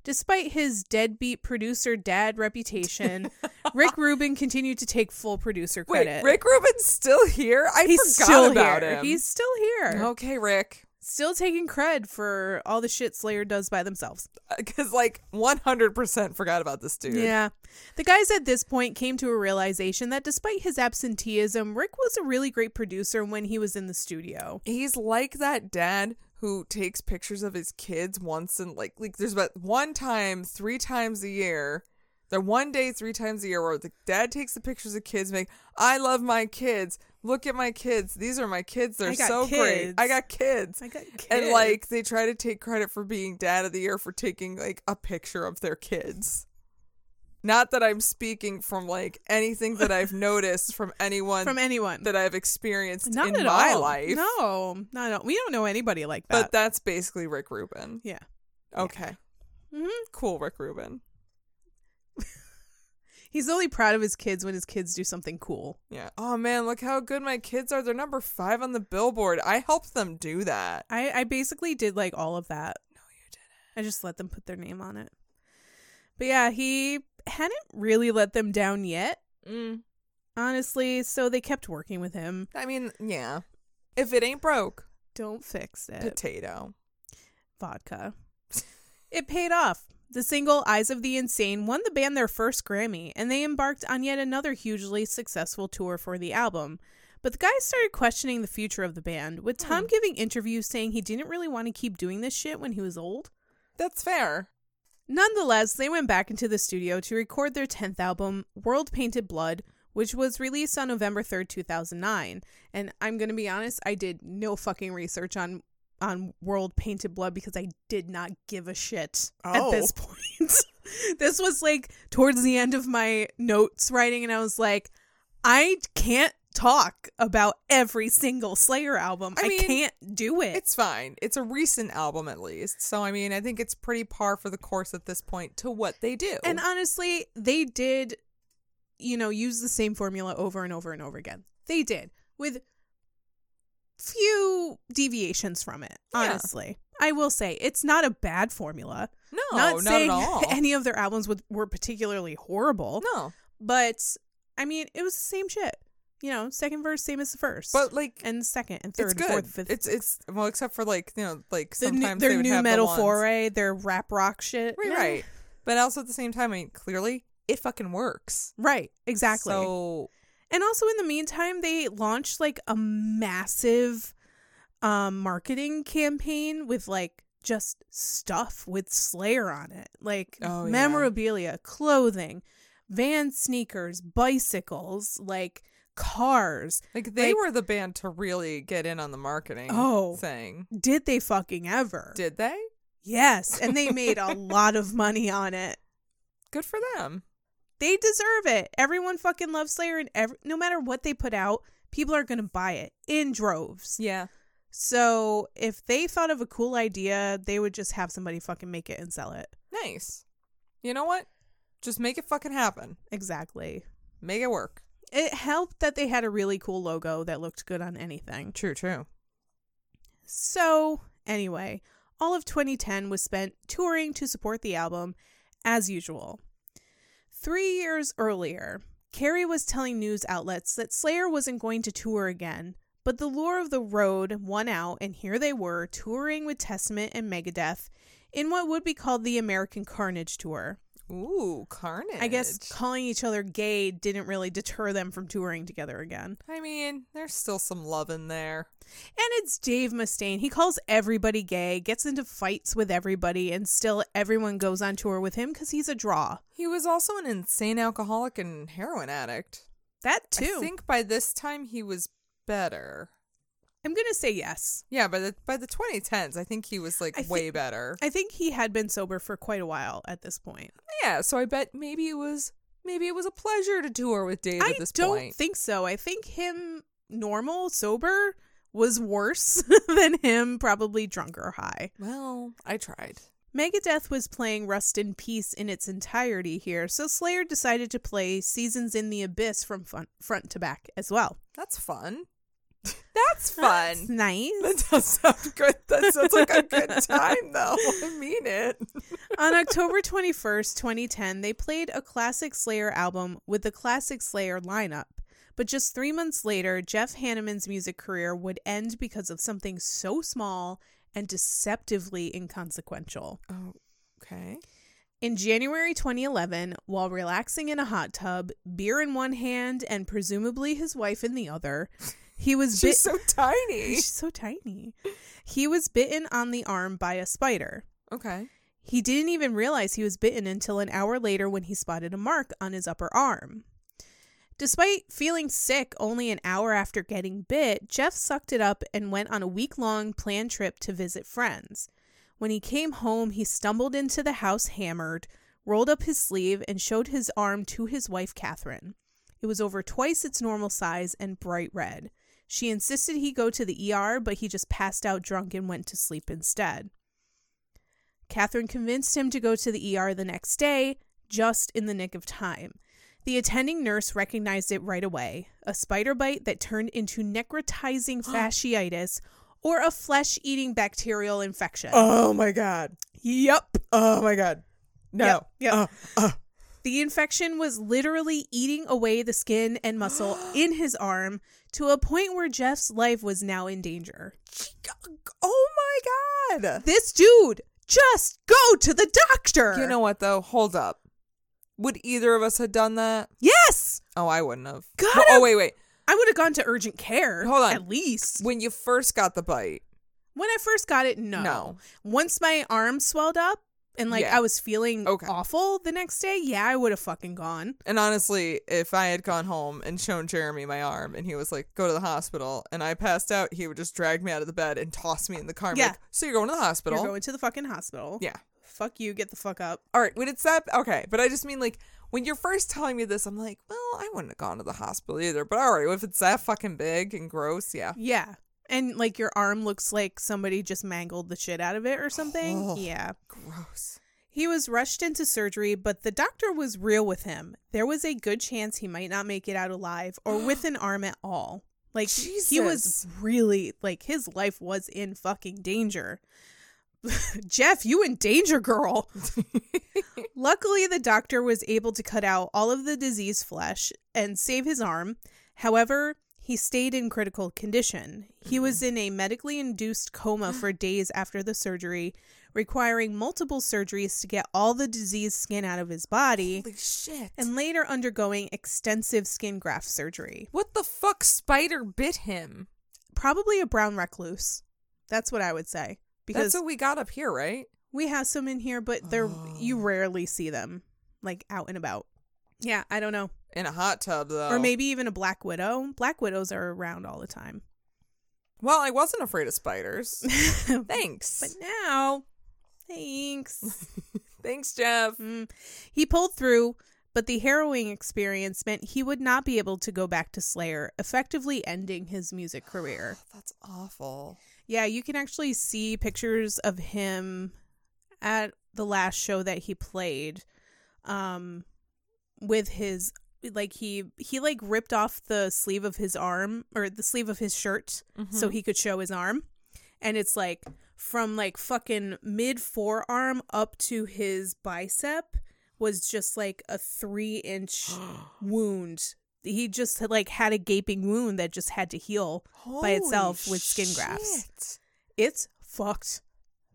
Despite his deadbeat producer dad reputation, Rick Rubin continued to take full producer Wait, credit. Rick Rubin's still here? I He's forgot still about here. him. He's still here. Okay, Rick. still taking cred for all the shit Slayer does by themselves. Because, like, 100% forgot about this dude. Yeah. The guys at this point came to a realization that despite his absenteeism, Rick was a really great producer when he was in the studio. He's like that dad who takes pictures of his kids once and like like there's about one time, three times a year. The one day, three times a year, where the dad takes the pictures of kids, make I love my kids. Look at my kids. These are my kids. They're I got so great. I kids. got kids. I got And kids. like they try to take credit for being dad of the year for taking like a picture of their kids. Not that I'm speaking from like anything that I've noticed from anyone From anyone. that I've experienced not in at my all. life. No, not at all. We don't know anybody like that. But that's basically Rick Rubin. yeah. Okay. Mhm. Cool, Rick Rubin. He's only proud of his kids when his kids do something cool. Yeah. Oh man, look how good my kids are. They're number five on the billboard. I helped them do that. I, I basically did like all of that. No, you didn't. I just let them put their name on it. But yeah, he hadn't really let them down yet, Mm. honestly, so they kept working with him. I mean, yeah. If it ain't broke, Don't fix it. potato. Vodka. It paid off. The single Eyes of the Insane won the band their first Grammy, and they embarked on yet another hugely successful tour for the album. But the guys started questioning the future of the band, with Tom giving interviews saying he didn't really want to keep doing this shit when he was old. That's fair. Nonetheless, they went back into the studio to record their 10th album, World Painted Blood, which was released on November 3rd, 2009. And I'm going to be honest, I did no fucking research on on World Painted Blood because I did not give a shit Oh. at this point. this was like towards the end of my notes writing, and I was like, I can't talk about every single Slayer album. I I, mean, can't do it. It's fine. It's a recent album at least. So I mean, I think it's pretty par for the course at this point to what they do. And honestly, they did, you know, use the same formula over and over and over again. They did with few deviations from it. Yeah. Honestly, I will say it's not a bad formula. no, not not, saying at all. any of their albums with, were particularly horrible, no. but I mean, it was the same shit. You know, second verse same as the first, But like and second and it's third, good. and fourth, fifth. it's it's well except for like, you know, like the new, sometimes they their would new have the metal ones- foray, their rap rock shit. Right, Eh, right. But also at the same time, I mean, clearly it fucking works. right, exactly. So And also in the meantime, they launched like a massive um marketing campaign with like just stuff with Slayer on it. Like Oh, yeah. memorabilia, clothing, van sneakers, bicycles, like cars. like they Like- were the band to really get in on the marketing Oh. thing. Did they fucking ever? Did they? yes, and they made a lot of money on it. Good for them. They deserve it. Everyone fucking loves Slayer and every- no matter what they put out, people are going to buy it in droves. Yeah. So if they thought of a cool idea, they would just have somebody fucking make it and sell it. Nice. You know what? Just make it fucking happen. Exactly. Make it work. It helped that they had a really cool logo that looked good on anything. True, true. So, anyway, all of 2010 was spent touring to support the album as usual. Three years earlier, Carrie was telling news outlets that Slayer wasn't going to tour again, but the lure of the road won out, and here they were touring with Testament and Megadeth in what would be called the American Carnage Tour. Ooh, carnage. I guess calling each other gay didn't really deter them from touring together again. I mean, there's still some love in there. And it's Dave Mustaine. He calls everybody gay, gets into fights with everybody, and still everyone goes on tour with him because he's a draw. He was also an insane alcoholic and heroin addict. That I too. think by this time he was better. I'm going to say yes. Yeah, by the by the 2010s, I think he was like I thi- way better. I think he had been sober for quite a while at this point. yeah, so I bet maybe it was maybe it was a pleasure to tour with Dave I at this don't point. think so. I think him normal, sober, was worse than him probably drunk or high. well, I tried. Megadeth was playing Rust in Peace in its entirety here, so Slayer decided to play Seasons in the Abyss from fun- front to back as well. That's fun. That's That's fun. nice. That does sound good. That sounds like a good time, though. I mean it. On October 21st, 2010, they played a classic Slayer album with the classic Slayer lineup. But just three months later, Jeff Hanneman's music career would end because of something so small and deceptively inconsequential. Okay. In January 2011, while relaxing in a hot tub, beer in one hand and presumably his wife in the other, he was bit- She's so tiny. She's so tiny. He was bitten on the arm by a spider. Okay. He didn't even realize he was bitten until an hour later when he spotted a mark on his upper arm. Despite feeling sick only an hour after getting bit, Jeff sucked it up and went on a week long planned trip to visit friends. When he came home, he stumbled into the house hammered, rolled up his sleeve, and showed his arm to his wife, Catherine. It was over twice its normal size and bright red. She insisted he go to the ER, but he just passed out drunk and went to sleep instead. Catherine convinced him to go to the ER the next day, just in the nick of time. The attending nurse recognized it right away a spider bite that turned into necrotizing fasciitis or a flesh eating bacterial infection. Oh my god. Yep. Oh my god. No. Yep, yep. Uh, uh. The infection was literally eating away the skin and muscle in his arm to a point where Jeff's life was now in danger. Oh my god. This dude, just go to the doctor. You know what though? Hold up. Would either of us have done that? yes, Oh, I wouldn't have. God, Well, oh wait, wait. I would have gone to urgent care. Hold on. at least When you first got the bite, when I first got it, no. No. Once my arm swelled up, and like Yeah. I was feeling Okay. awful the next day, yeah, I would have fucking gone. And honestly, if I had gone home and shown Jeremy my arm and he was like, go to the hospital, and I passed out, he would just drag me out of the bed and toss me in the car. and be Yeah. Like, so you're going to the hospital. You're going to the fucking hospital. yeah. Fuck you, get the fuck up. All right. When it's that, okay. But I just mean, like, when you're first telling me this, I'm like, well, I wouldn't have gone to the hospital either. But all right, if it's that fucking big and gross, yeah. Yeah. And like your arm looks like somebody just mangled the shit out of it or something. Ugh. Yeah. Gross. He was rushed into surgery, but the doctor was real with him. There was a good chance he might not make it out alive or with an arm at all. Like he was Jesus. really like his life was in fucking danger. Jeff, you in danger, girl. Luckily, the doctor was able to cut out all of the diseased flesh and save his arm. However, he stayed in critical condition. He was Mm-hmm. in a medically induced coma for days after the surgery, requiring multiple surgeries to get all the diseased skin out of his body, Holy shit. and later undergoing extensive skin graft surgery. what the fuck spider bit him? Probably a brown recluse. That's what I would say. Because That's what we got up here, right? We have some in here, but they're Oh. you rarely see them like out and about. Yeah, I don't know. In a hot tub, though. Or maybe even a black widow. Black widows are around all the time. Well, I wasn't afraid of spiders. Thanks. But now, thanks. Thanks, Jeff. Mm. He pulled through, but the harrowing experience meant he would not be able to go back to Slayer, effectively ending his music career. That's awful. Yeah, you can actually see pictures of him at the last show that he played um with his like he he like ripped off the sleeve of his arm or the sleeve of his shirt so he could show his arm and it's like from like fucking mid forearm up to his bicep was just like a 3 inch wound he just had, like had a gaping wound that just had to heal by itself with skin grafts. shit. it's fucked.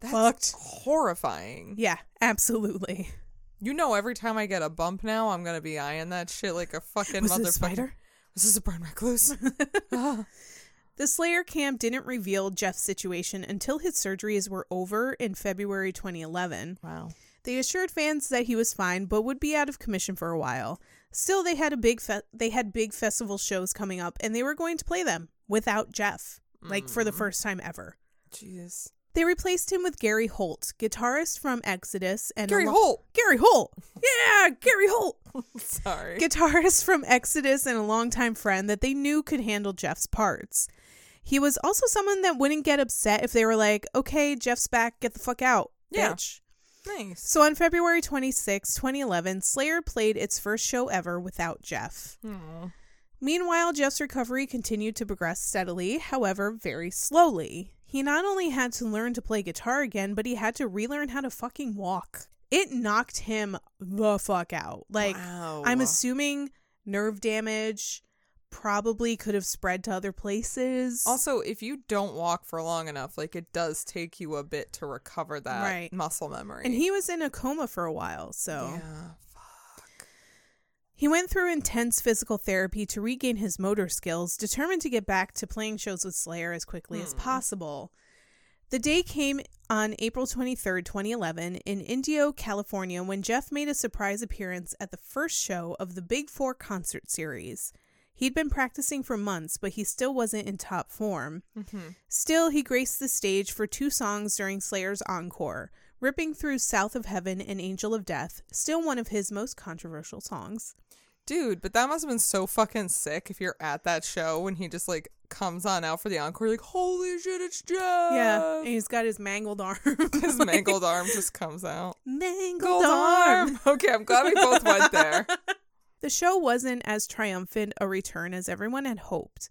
That's Fucked. horrifying. Yeah, absolutely. You know, every time I get a bump now, I'm gonna be eyeing that shit like a fucking Was it a motherfucker. spider? Was this a burn recluse? Ah. The Slayer camp didn't reveal Jeff's situation until his surgeries were over in February 2011. Wow. They assured fans that he was fine but would be out of commission for a while. Still, they had a big fe- they had big festival shows coming up and they were going to play them without Jeff, like for Mm. the first time ever. Jeez. They replaced him with Gary Holt, guitarist from Exodus and Gary alo- Holt. Gary Holt. Yeah, Gary Holt. Sorry. guitarist from Exodus and a longtime friend that they knew could handle Jeff's parts. He was also someone that wouldn't get upset if they were like, okay, Jeff's back, get the fuck out. Yeah. Bitch. nice. So on February 26, 2011, Slayer played its first show ever without Jeff. Aw. Meanwhile, Jeff's recovery continued to progress steadily, however, very slowly. He not only had to learn to play guitar again, but he had to relearn how to fucking walk. It knocked him the fuck out. Like, wow. I'm assuming nerve damage probably could have spread to other places. Also, if you don't walk for long enough, like it does take you a bit to recover that Right. muscle memory. and he was in a coma for a while, so Yeah. he went through intense physical therapy to regain his motor skills, determined to get back to playing shows with Slayer as quickly as possible. The day came on April 23rd, 2011, in Indio, California, when Jeff made a surprise appearance at the first show of the Big Four concert series. He'd been practicing for months, but he still wasn't in top form. Still, he graced the stage for two songs during Slayer's encore, ripping through South of Heaven and Angel of Death, still one of his most controversial songs. Dude, but that must have been so fucking sick if you're at that show when he just like comes on out for the encore, you're like, holy shit, it's Jeff. Yeah, and he's got his mangled arm. Uh. His mangled arm just comes out. mangled Gold arm. arm. Okay, I'm glad we both went there. The show wasn't as triumphant a return as everyone had hoped.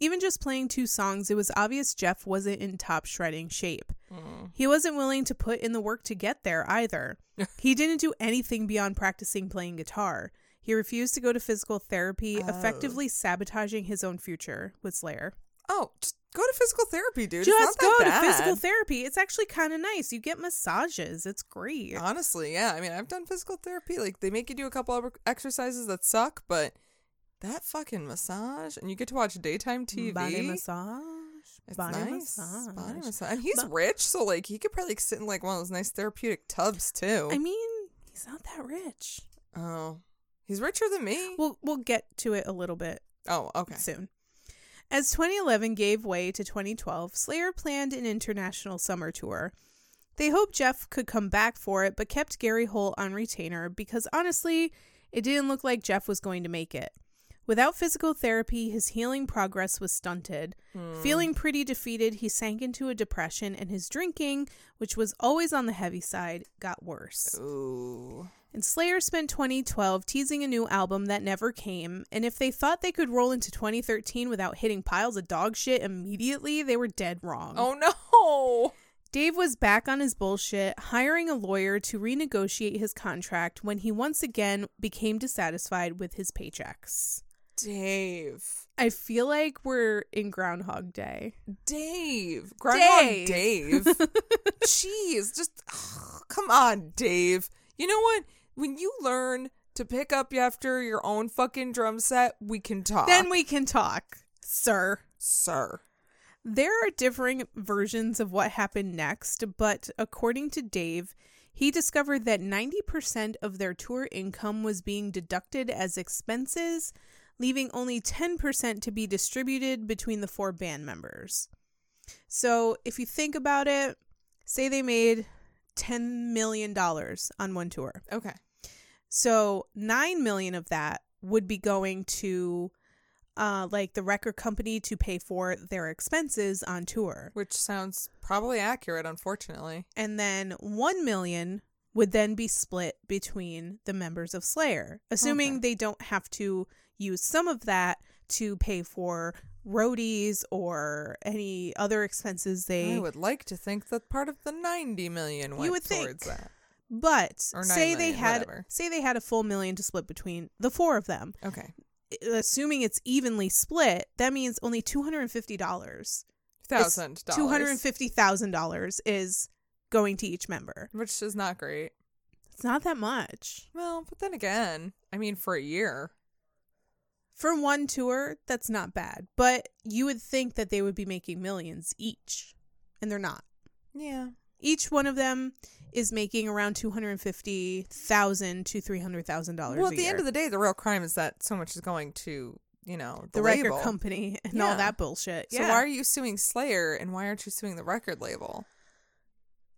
Even just playing two songs, it was obvious Jeff wasn't in top shredding shape. Mm. He wasn't willing to put in the work to get there either. he didn't do anything beyond practicing playing guitar. He refused to go to physical therapy, effectively sabotaging his own future with Slayer. Oh, just go to physical therapy, dude. Just it's not go to that bad. physical therapy. It's actually kind of nice. You get massages. It's great. Honestly, yeah. I mean, I've done physical therapy. Like, they make you do a couple of exercises that suck, but that fucking massage, and you get to watch daytime TV. Body massage. It's Body nice. massage. Body massage. And he's But- rich, so like he could probably like, sit in like one of those nice therapeutic tubs too. I mean, he's not that rich. oh, he's richer than me. We'll we'll get to it a little bit oh, okay. soon. As 2011 gave way to 2012, Slayer planned an international summer tour. They hoped Jeff could come back for it, but kept Gary Holt on retainer because honestly, it didn't look like Jeff was going to make it. Without physical therapy, his healing progress was stunted. Feeling pretty defeated, he sank into a depression, and his drinking, which was always on the heavy side, got worse. Ooh. And Slayer spent 2012 teasing a new album that never came, and if they thought they could roll into 2013 without hitting piles of dog shit immediately, they were dead wrong. Oh no. Dave was back on his bullshit, hiring a lawyer to renegotiate his contract when he once again became dissatisfied with his paychecks. Dave. I feel like we're in Groundhog Day. Dave. Groundhog Dave. Dave. Jeez, just ugh, come on, Dave. You know what? When you learn to pick up after your own fucking drum set, we can talk. Then we can talk, sir. sir. There are differing versions of what happened next, but according to Dave, he discovered that 90% of their tour income was being deducted as expenses, leaving only 10% to be distributed between the four band members. So, if you think about it, say they made $10 million on one tour. Okay. So, 9 million of that would be going to uh, like the record company to pay for their expenses on tour. Which sounds probably accurate, unfortunately. and then 1 million would then be split between the members of Slayer, assuming Okay. they don't have to use some of that to pay for roadies or any other expenses they I would like to think that part of the 90 million went would think. towards that. but Or nine say they million, had whatever. say they had a full million to split between the four of them. Okay. I- Assuming it's evenly split, that means only $250. Thousand dollars. $250,000 is going to each member. Which is not great. It's not that much. Well, but then again, I mean, for a year. For one tour, that's not bad, but you would think that they would be making millions each, and they're not. Yeah. Each one of them is making around two hundred fifty thousand to three hundred thousand dollars. Well, at the end of the day, the real crime is that so much is going to, you know, the, the record label. company and all Yeah. that bullshit. So why are you suing Slayer and why aren't you suing the record label?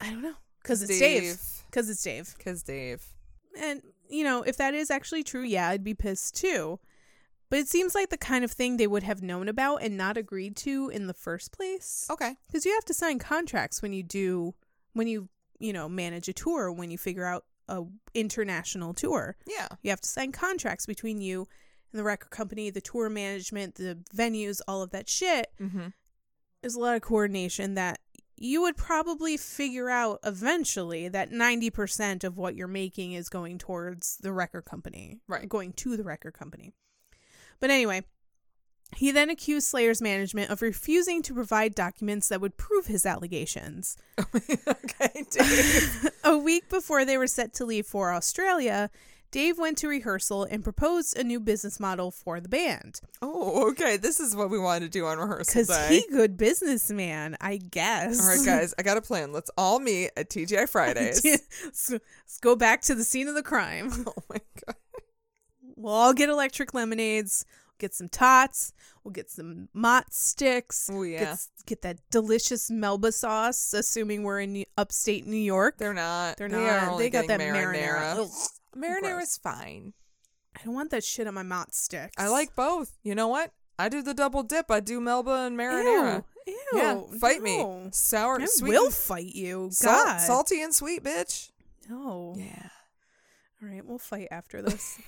I don't know because it's Dave. Because it's Dave. Because Dave. and you know if that is actually true yeah i'd be pissed too but it seems like the kind of thing they would have known about and not agreed to in the first place Okay. because you have to sign contracts when you do when you you know manage a tour when you figure out a international tour Yeah. you have to sign contracts between you and the record company the tour management the venues all of that shit Mm-hmm. there's a lot of coordination that you would probably figure out eventually that 90% of what you're making is going towards the record company, Right. Going to the record company. But anyway, he then accused Slayer's management of refusing to provide documents that would prove his allegations. Mm-hmm. okay, Dave. A week before they were set to leave for Australia, Dave went to rehearsal and proposed a new business model for the band. oh, okay. This is what we wanted to do on rehearsal Because day. he good businessman, I guess. All right, guys, I got a plan. Let's all meet at TGI Fridays. let's, let's go back to the scene of the crime. oh my god. We'll all get electric lemonades, get some tots, we'll get some mott sticks, Oh yeah. get, s- get that delicious Melba sauce, assuming we're in New- upstate New York. They're not. They're They, not. are only They got getting that marinara. Ugh, Marinara's fine. I don't want that shit on my mott sticks. I like both. You know what? I do the double dip. I do Melba and marinara. Ew, ew, yeah, fight me. no. Sour, I sweet, will and- fight you. sal- God. salty and sweet, bitch. No. Yeah. All right, we'll fight after this.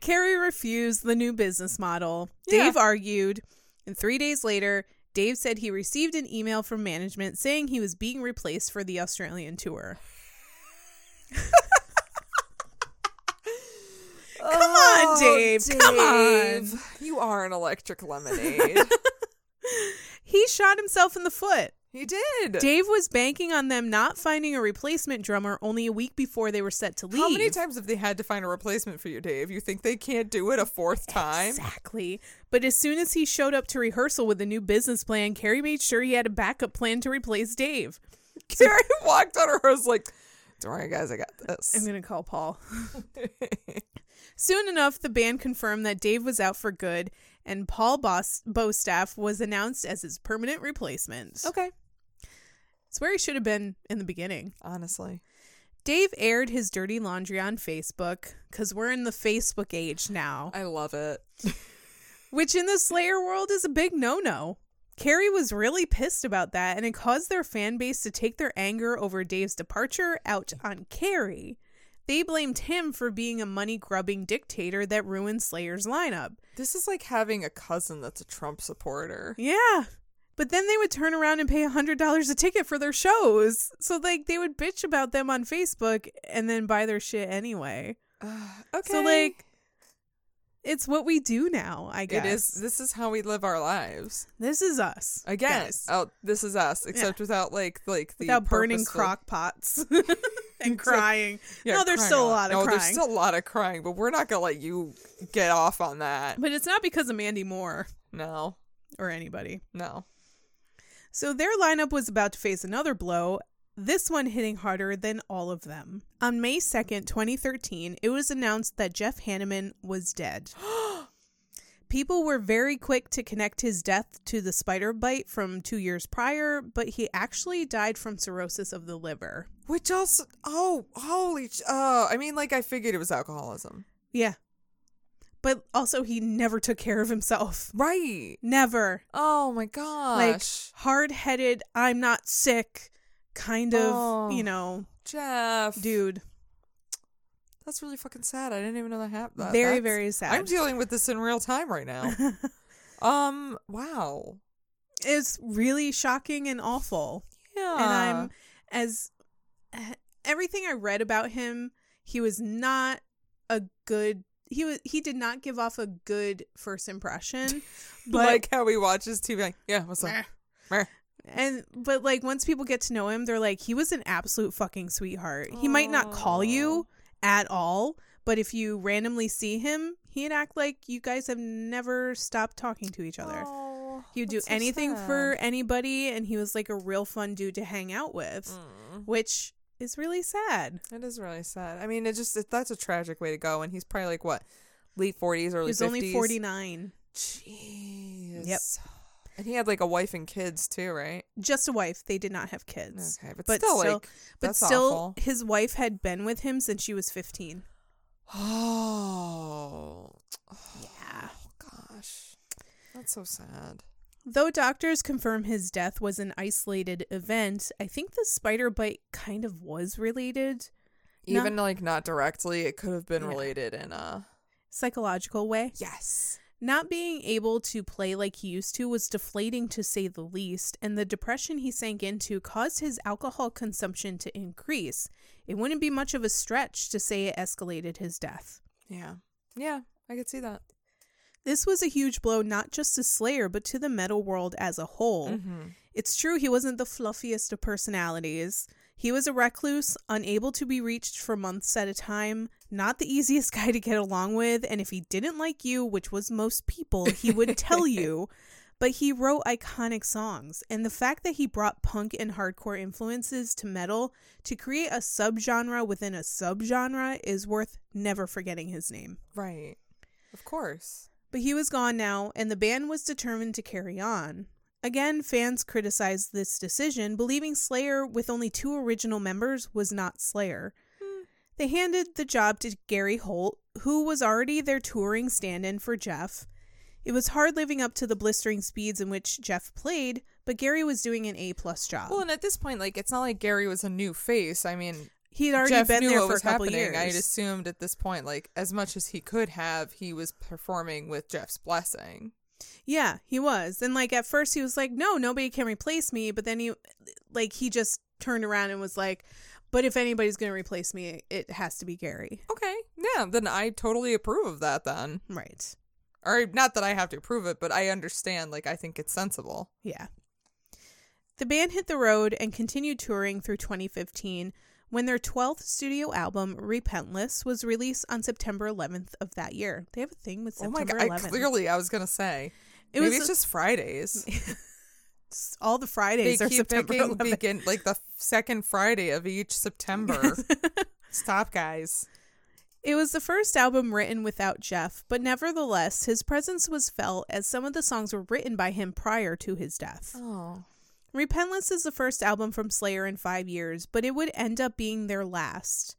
Carrie refused the new business model. Yeah. Dave argued, and three days later, Dave said he received an email from management saying he was being replaced for the Australian tour. Come on, Dave. Come on. You are an electric lemonade. He shot himself in the foot. He did. Dave was banking on them not finding a replacement drummer only a week before they were set to leave. How many times have they had to find a replacement for you, Dave? You think they can't do it a fourth time? Exactly. But as soon as he showed up to rehearsal with a new business plan, Carrie made sure he had a backup plan to replace Dave. Carrie walked out of her house like, don't worry, guys, I got I'm this. going to call Paul. Soon enough, the band confirmed that Dave was out for good, and Paul Bos- Bostaff was announced as his permanent replacement. Okay. It's where he should have been in the beginning. Honestly. Dave aired his dirty laundry on Facebook because we're in the Facebook age now, I love it. which in the Slayer world is a big no no. Carrie was really pissed about that, and it caused their fan base to take their anger over Dave's departure out on Carrie. They blamed him for being a money grubbing dictator that ruined Slayer's lineup. This is like having a cousin that's a Trump supporter. Yeah. But then they would turn around and pay $100 a ticket for their shows. So, like, they would bitch about them on Facebook and then buy their shit anyway. okay. So, like, it's what we do now, I guess. it is. This is how we live our lives. This is us. Again. guys. Oh, this is us, except without like like the Without burning purposeful- crock pots and crying. Yeah, no, there's crying still a out. lot of no, crying. there's still a lot of crying, but we're not gonna let you get off on that. But it's not because of Mandy Moore No, or anybody. no. So their lineup was about to face another blow, this one hitting harder than all of them. On May 2nd, 2013, it was announced that Jeff Hanneman was dead. People were very quick to connect his death to the spider bite from two years prior, but he actually died from cirrhosis of the liver. Which also, oh, holy, sh- oh, I mean, like I figured it was alcoholism, Yeah. But also, he never took care of himself. right? Never. Oh my gosh, Like, hard headed, I'm not sick kind of, Oh. you know, Jeff, dude. that's really fucking sad. I didn't even know that happened. Very, very sad. I'm dealing with this in real time right now. um, wow, it's really shocking and awful. yeah, And I'm as eh, everything I read about him, he was not a good he was he did not give off a good first impression. But like how he watches TV. Like, yeah, what's up? Meh. and but like once people get to know him, they're like he was an absolute fucking sweetheart. He might not call you at all, but if you randomly see him, he'd act like you guys have never stopped talking to each other. Oh, He would do that's so anything sad. for anybody, and he was like a real fun dude to hang out with, Mm. which is really sad. That is really sad. I mean, it just it, that's a tragic way to go. And he's probably like what, late forties, early He's fifties. only 49. Jeez. And he had like a wife and kids too, right? Just a wife. They did not have kids. Okay, but still, like, but that's still, awful. his wife had been with him since she was 15. Oh, Yeah. gosh, that's so sad. Though doctors confirm his death was an isolated event, I think the spider bite kind of was related, No. Even like not directly, it could have been Yeah. related in a psychological way. yes. Not being able to play like he used to was deflating to say the least, and the depression he sank into caused his alcohol consumption to increase. It wouldn't be much of a stretch to say it escalated his death. Yeah, yeah, I could see that. This was a huge blow not just to Slayer, but to the metal world as a whole. It's true he wasn't the fluffiest of personalities. He was a recluse, unable to be reached for months at a time, not the easiest guy to get along with, and if he didn't like you, which was most people, he would tell you. But he wrote iconic songs, and the fact that he brought punk and hardcore influences to metal to create a subgenre within a subgenre is worth never forgetting his name. Right, of course. But he was gone now, and the band was determined to carry on. Again, fans criticized this decision, believing Slayer, with only two original members, was not Slayer. Hmm. They handed the job to Gary Holt, who was already their touring stand in for Jeff. It was hard living up to the blistering speeds in which Jeff played, but Gary was doing an A plus job. Well, and at this point, like it's not like Gary was a new face. I mean, He'd already Jeff been knew there what for a was couple happening. years. I had assumed at this point, like as much as he could have, he was performing with Jeff's blessing. Yeah, he was. And like at first he was like, "No, nobody can replace me," but then he like he just turned around and was like, "But if anybody's going to replace me, it has to be Gary." Okay, yeah, then I totally approve of that. Then, Right. or not that I have to approve it, but I understand. Like I think it's sensible. Yeah. The band hit the road and continued touring through 2015 when their 12th studio album, Repentless, was released on September 11th of that year. They have a thing with oh my September god! I, 11th. clearly, I was gonna say it maybe was it's just Fridays. just all the They Fridays are keep September picking 11th. begin like the second Friday of each September. Stop, guys. It was the first album written without Jeff, but nevertheless, his presence was felt as some of the songs were written by him prior to his death. Oh, Repentless is the first album from Slayer in five years, but it would end up being their last.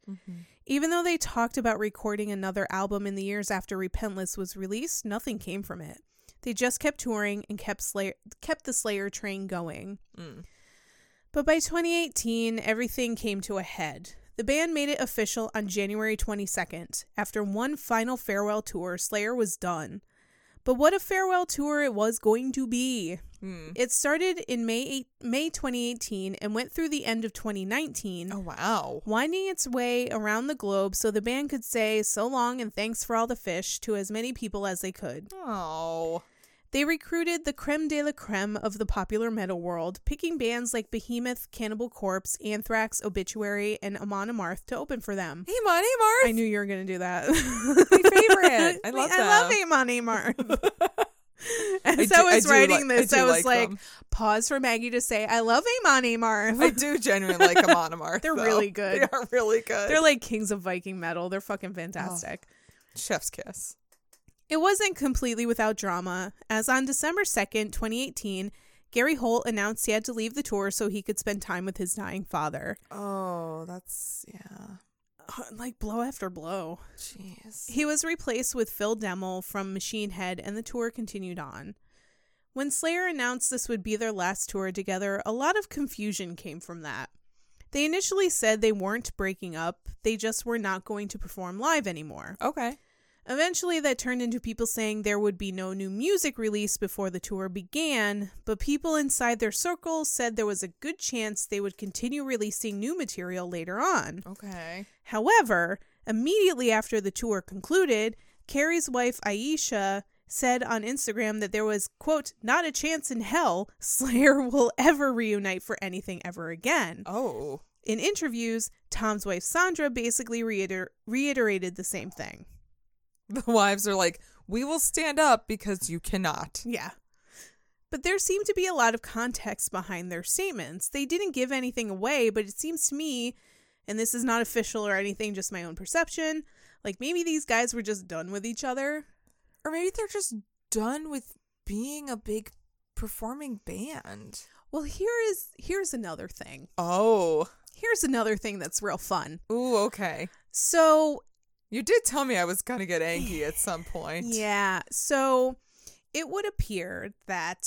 Even though they talked about recording another album in the years after Repentless was released, nothing came from it. They just kept touring and kept Slayer kept the Slayer train going. Mm. But by 2018, everything came to a head. The band made it official on January 22nd. After one final farewell tour, Slayer was done. But what a farewell tour it was going to be. Hmm. It started in May 8, May 2018 and went through the end of 2019, oh wow. winding its way around the globe so the band could say so long and thanks for all the fish to as many people as they could. Oh, They recruited the creme de la creme of the popular metal world, picking bands like Behemoth, Cannibal Corpse, Anthrax, Obituary, and Amon Amarth to open for them. hey, Mon, hey, Marth. I knew you were going to do that. my favorite. I love I love them. Amon Amarth. As I, do- I was do writing li- I this, do I, was like like, them. pause for Maggie to say, I love Amon Amarth. I do genuinely like Amon Amarth. They're though. really good. They are really good. They're like kings of Viking metal. They're Oh. fucking fantastic. Chef's kiss. It wasn't completely without drama, as on December 2nd, 2018, Gary Holt announced he had to leave the tour so he could spend time with his dying father. Oh, that's yeah. Uh, Like blow after blow. Jeez. He was replaced with Phil Demmel from Machine Head, and the tour continued on. When Slayer announced this would be their last tour together, a lot of confusion came from that. They initially said they weren't breaking up, they just were not going to perform live anymore. Okay. Eventually, that turned into people saying there would be no new music released before the tour began, but people inside their circle said there was a good chance they would continue releasing new material later on. Okay. However, immediately after the tour concluded, Carrie's wife Aisha said on Instagram that there was, quote, not a chance in hell Slayer will ever reunite for anything ever again. Oh. In interviews, Tom's wife Sandra basically reiter- reiterated the same thing. The wives are like, we will stand up because you cannot. Yeah. But there seemed to be a lot of context behind their statements. They didn't give anything away, but it seems to me, and this is not official or anything, just my own perception, like maybe these guys were just done with each other. Or maybe they're just done with being a big performing band. Well, here is here's another thing. Oh. Here's another thing that's real fun. Ooh, okay. So, You did tell me I was going to get angry at some point. yeah. So, it would appear that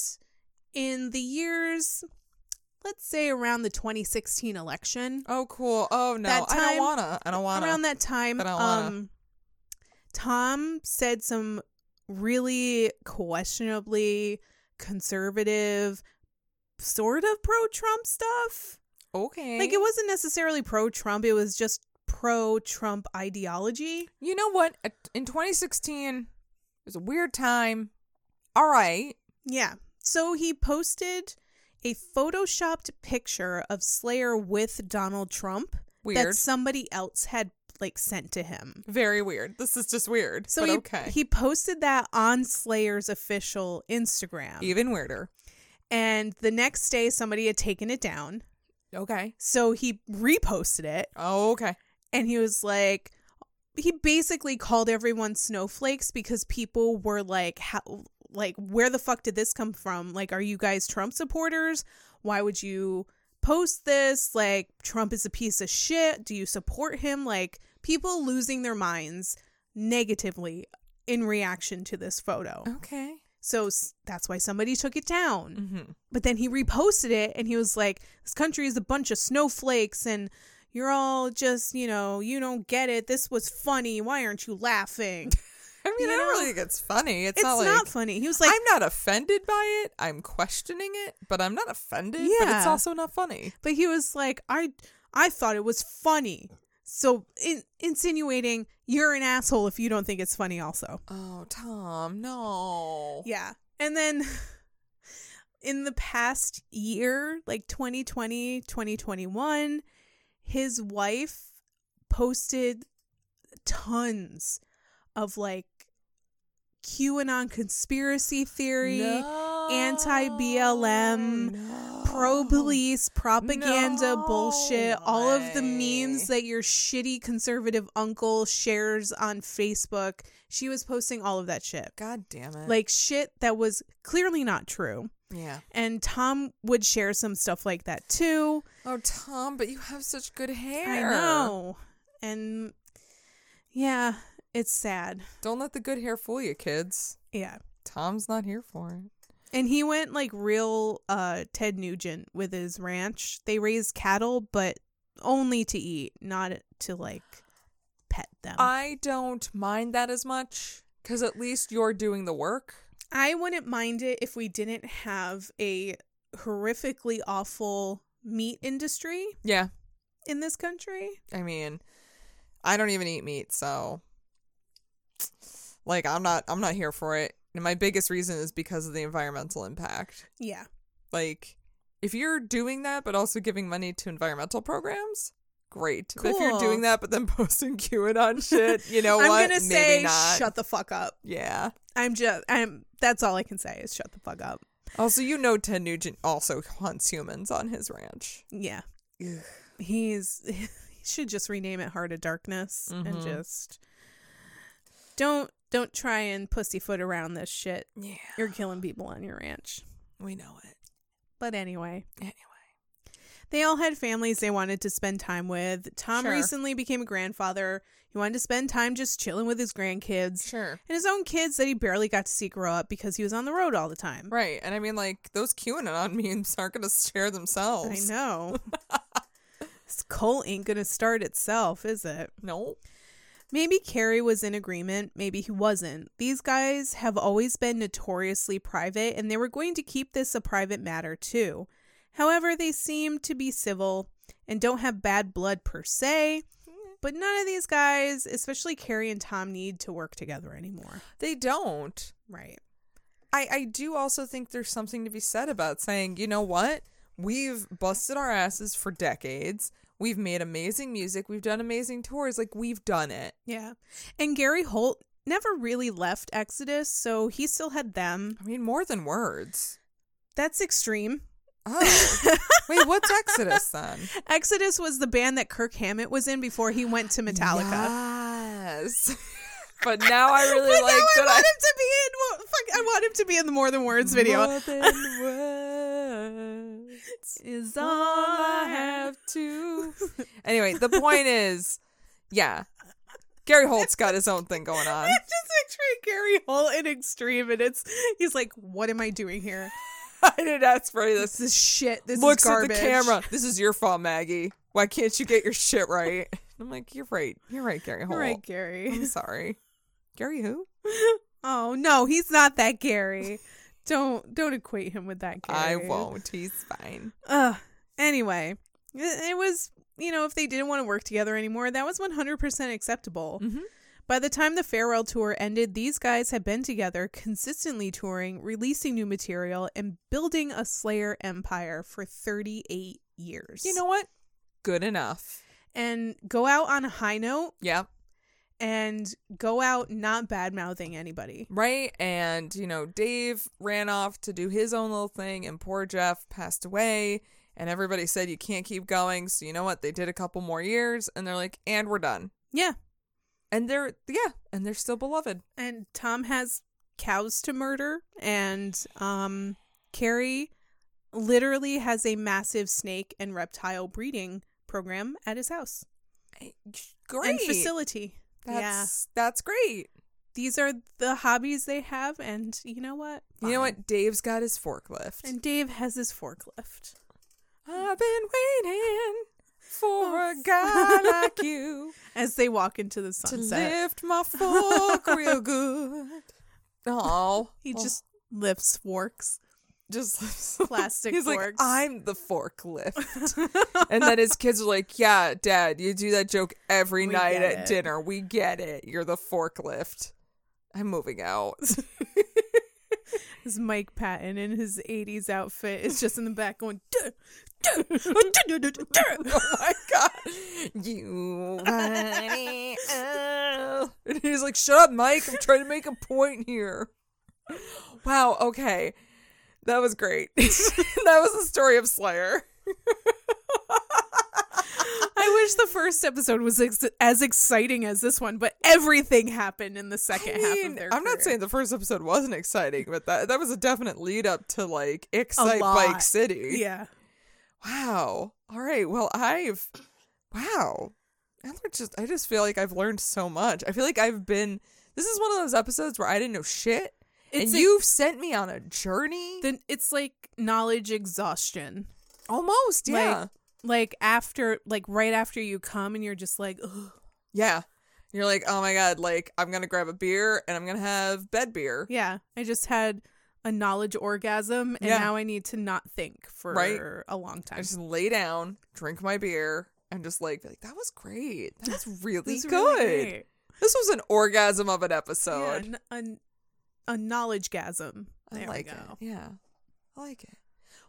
in the years let's say around the 2016 election, Oh, cool. Oh, no. That I time- don't want to. I don't want around to. that time But I wanna- um tom said some really questionably conservative sort of pro-trump stuff Okay. like it wasn't necessarily pro-trump it was just pro-trump ideology you know what? At- In 2016, it was a weird time. All right. yeah so he posted a photoshopped picture of slayer with donald trump Weird. that somebody else had like sent to him Very weird. This is just weird. So but he, okay. he posted that on Slayer's official Instagram. Even weirder. And the next day, somebody had taken it down. Okay. So he reposted it Oh, okay. and he was like, he basically called everyone snowflakes because people were like, how, like, where the fuck did this come from? Like, are you guys Trump supporters? Why would you post this? Like, Trump is a piece of shit. Do you support him? Like, people losing their minds negatively in reaction to this photo. Okay. So s- that's why somebody took it down. Mm-hmm. But then he reposted it and he was like, This country is a bunch of snowflakes and you're all just, you know, you don't get it. This was funny. Why aren't you laughing? I mean, You I don't know? really think it's funny. It's, It's not not, like, funny. He was like, I'm not offended by it. I'm questioning it, but I'm not offended. But it's Yeah. also not funny. But he was like, I, I thought it was funny. So in, insinuating, You're an asshole if you don't think it's funny, also. Oh, Tom, no. Yeah. And then in the past year, like 2020, 2021, his wife posted tons of like QAnon conspiracy theory, anti-BLM, No. pro police propaganda No bullshit, all of the memes way. that your shitty conservative uncle shares on Facebook. She was posting all of that shit. God damn it. Like shit that was clearly not true. yeah. And Tom would share some stuff like that too. Oh, Tom, but you have such good hair. I know. And yeah, it's sad. Don't let the good hair fool you, kids. Yeah. Tom's not here for it. And he went like real uh Ted Nugent with his ranch. They raise cattle, but only to eat, not to like pet them. I don't mind that as much because at least you're doing the work. I wouldn't mind it if we didn't have a horrifically awful meat industry Yeah. in this country. I mean, I don't even eat meat, so like I'm not I'm not here for it. And my biggest reason is because of the environmental impact. Yeah. Like if you're doing that but also giving money to environmental programs, great. But if you're Cool. doing that but then posting QAnon shit, you know I'm what? gonna Maybe say not. shut the fuck up. yeah. I'm just I'm that's all I can say is shut the fuck up. Also, you know Ted Nugent also hunts humans on his ranch. Yeah. Ugh. He's he should just rename it Heart of Darkness and Mhm. just don't don't try and pussyfoot around this shit. Yeah. You're killing people on your ranch. We know it. But anyway, Anyway. they all had families they wanted to spend time with. Tom Sure. recently became a grandfather. He wanted to spend time just chilling with his grandkids Sure. and his own kids that he barely got to see grow up because he was on the road all the time. Right. And I mean, like, those QAnon memes aren't going to share I themselves. know. this coal ain't going to start itself, is it? No. Maybe Carrie was in agreement, maybe he wasn't. These guys have always been notoriously private, and they were going to keep this a private matter too. However, they seem to be civil and don't have bad blood per se, but none of these guys, especially Carrie and Tom, need to work together anymore. They don't. Right. I, I do also think there's something to be said about saying, you know what? We've busted our asses for decades. We've made amazing music. We've done amazing tours. Like, we've done it. Yeah. And Gary Holt never really left Exodus, so he still had them. I mean, more than words. That's extreme. Oh. Wait, what's Exodus then? Exodus was the band that Kirk Hammett was in before he went to Metallica. Yes. but now I really But like now I that want him to be in. well, Fuck, I want him to be in the More Than Words video. More than words. Is all I have to. anyway, the point is, yeah, Gary Holt's got his own thing going on. I'm just picturing Gary Holt in extreme, and it's he's like, "What am I doing here? I didn't ask for any of this. This is shit. This Looks is at garbage." the camera. This is your fault, Maggie. Why can't you get your shit right? I'm like, you're right. You're right, Gary All Holt. right, I'm Gary. sorry. Gary who? Oh no, he's not that Gary. Don't don't equate him with that Gary. I won't. He's fine. Ugh. Anyway, it, it was you know if they didn't want to work together anymore, that was 100% acceptable. Mhm. By the time the farewell tour ended, these guys had been together, consistently touring, releasing new material, and building a Slayer empire for 38 years. You know what? Good enough. and go out on a high note Yep. and go out not bad mouthing anybody. Right. And, you know, Dave ran off to do his own little thing, and poor Jeff passed away. And everybody said, you can't keep going. So, you know what? They did a couple more years, and they're like, and we're done. Yeah. And they're, yeah, and they're still beloved. And Tom has cows to murder, and um, Carrie literally has a massive snake and reptile breeding program at his house Great. and facility. yeah. that's, that's great. these are the hobbies they have and you know what You know Fine. what? Dave's got his forklift. and dave has his forklift I've been waiting for a guy like you as they walk into the to sunset lift my fork real good. Oh, he just lifts forks just Plastic he's like forks. i'm the forklift and then his kids are like yeah dad you do that joke every We night get at it." dinner we get it you're the forklift i'm moving out This Mike Patton in his 80s outfit is just in the back going, duh, duh, duh, duh, duh, duh, duh." oh my god. You funny. oh. And he was like, Shut up, Mike. I'm trying to make a point here. Wow, okay. That was great. that was the story of Slayer. I wish the first episode was ex- as exciting as this one, but everything happened in the second I half mean, of their I'm not career. saying the first episode wasn't exciting, but that that was a definite lead up to like Excite lot. Bike City. Yeah. Wow. All right. Well, I've wow. I learned just I just feel like I've learned so much. I feel like I've been this is one of those episodes where I didn't know shit. It's and a- you've sent me on a journey. Then it's like knowledge exhaustion. Almost, Like- yeah. Like after, like right after you come and you're just like, Ugh. yeah. You're like, oh my god, like I'm gonna grab a beer and I'm gonna have bed beer. yeah, I just had a knowledge orgasm and Yeah. now I need to not think for Right. a long time. I just lay down, drink my beer, and just like, be like that was great. That was really This is good. really great. This was an orgasm of an Yeah, episode. n- an- a knowledge gasm. There I like we go. it. Yeah. I like it.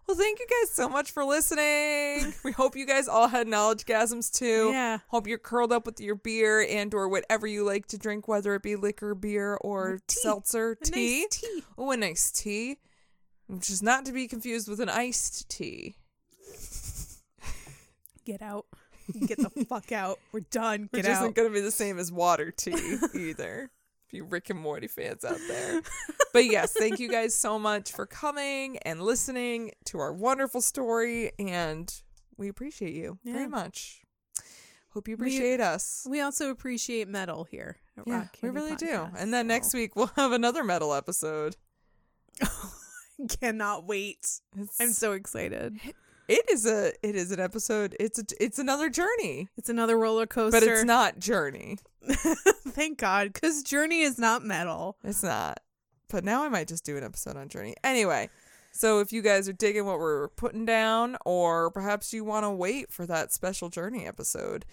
Well, thank you guys so much for listening. we hope you guys all had knowledge gasms too. Yeah. Hope you're curled up with your beer and or whatever you like to drink, whether it be liquor, beer, or tea. seltzer, A nice tea. tea. Oh, a nice tea. Which is not to be confused with an iced tea. Get out. Get the fuck out. We're done. Which Get isn't out. going to be the same as water tea either. if you Rick and Morty fans out there. but yes, thank you guys so much for coming and listening to our wonderful story. And we appreciate you Yeah. very much. Hope you We- appreciate us. We also appreciate metal here. At yeah, Rock we Candy really do. Podcast, And then next so- week we'll have another metal episode. cannot wait. It's, I'm so excited. it is a it is an episode. It's a, it's another journey, It's another roller coaster. but it's not journey. Thank God, because Journey is not metal. It's not. But now I might just do an episode on Journey. Anyway, so if you guys are digging what we're putting down, or perhaps you want to wait for that special Journey episode,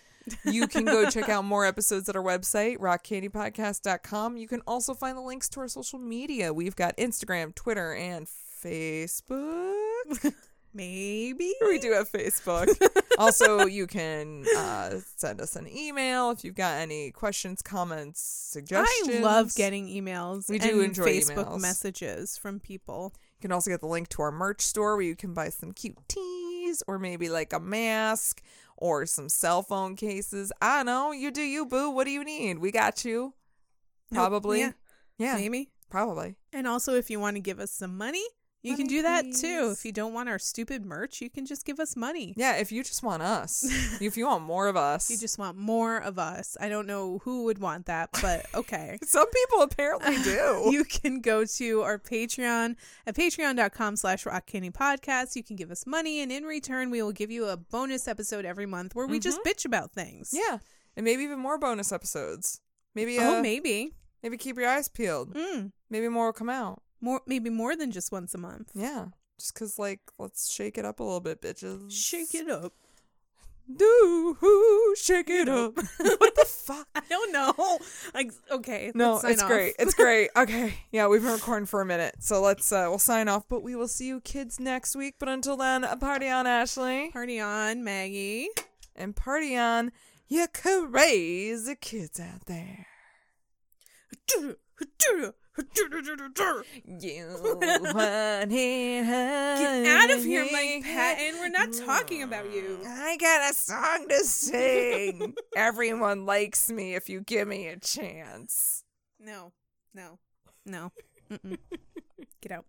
you can go check out more episodes at our website, rockcandypodcast.com. You can also find the links to our social media. We've got Instagram, Twitter, and Facebook. Maybe. We do have Facebook. also, you can uh, send us an email if you've got any questions, comments, suggestions. I love getting emails. We do and enjoy Facebook emails. messages from people. You can also get the link to our merch store where you can buy some cute tees or maybe like a mask or some cell phone cases. I know. You do you, boo. What do you need? We got you. Nope. Probably. Yeah. Yeah, Maybe. probably. And also, if you want to give us some money, you can Money, do that too. please. If you don't want our stupid merch, you can just give us money. Yeah, if you just want us, if you want more of us. If you just want more of us, I don't know who would want that, but okay. Some people apparently do. you can go to our patreon at patreon.com slash rock candy podcast you can give us money and in return we will give you a bonus episode every month where we just bitch about things Mm-hmm. yeah. And maybe even more bonus episodes. Maybe uh, oh maybe. maybe keep your eyes peeled. mm, Maybe more will come out. more maybe more than just once a month Yeah. Just cause like let's shake it up a little bit, bitches. shake it up do shake it up. what the fuck? i don't know like okay No, let's sign it's off. great. It's great. Okay. Yeah, we've been recording for a minute. So let's uh we'll sign off, but we will see you kids next week. But until then, a party on Ashley party on maggie and party on you crazy kids out there. You Get Get out of here, Mike Patton. We're not talking about you. I got a song to sing. Everyone likes me if you give me a chance. No, no, no. Mm-mm. Get out.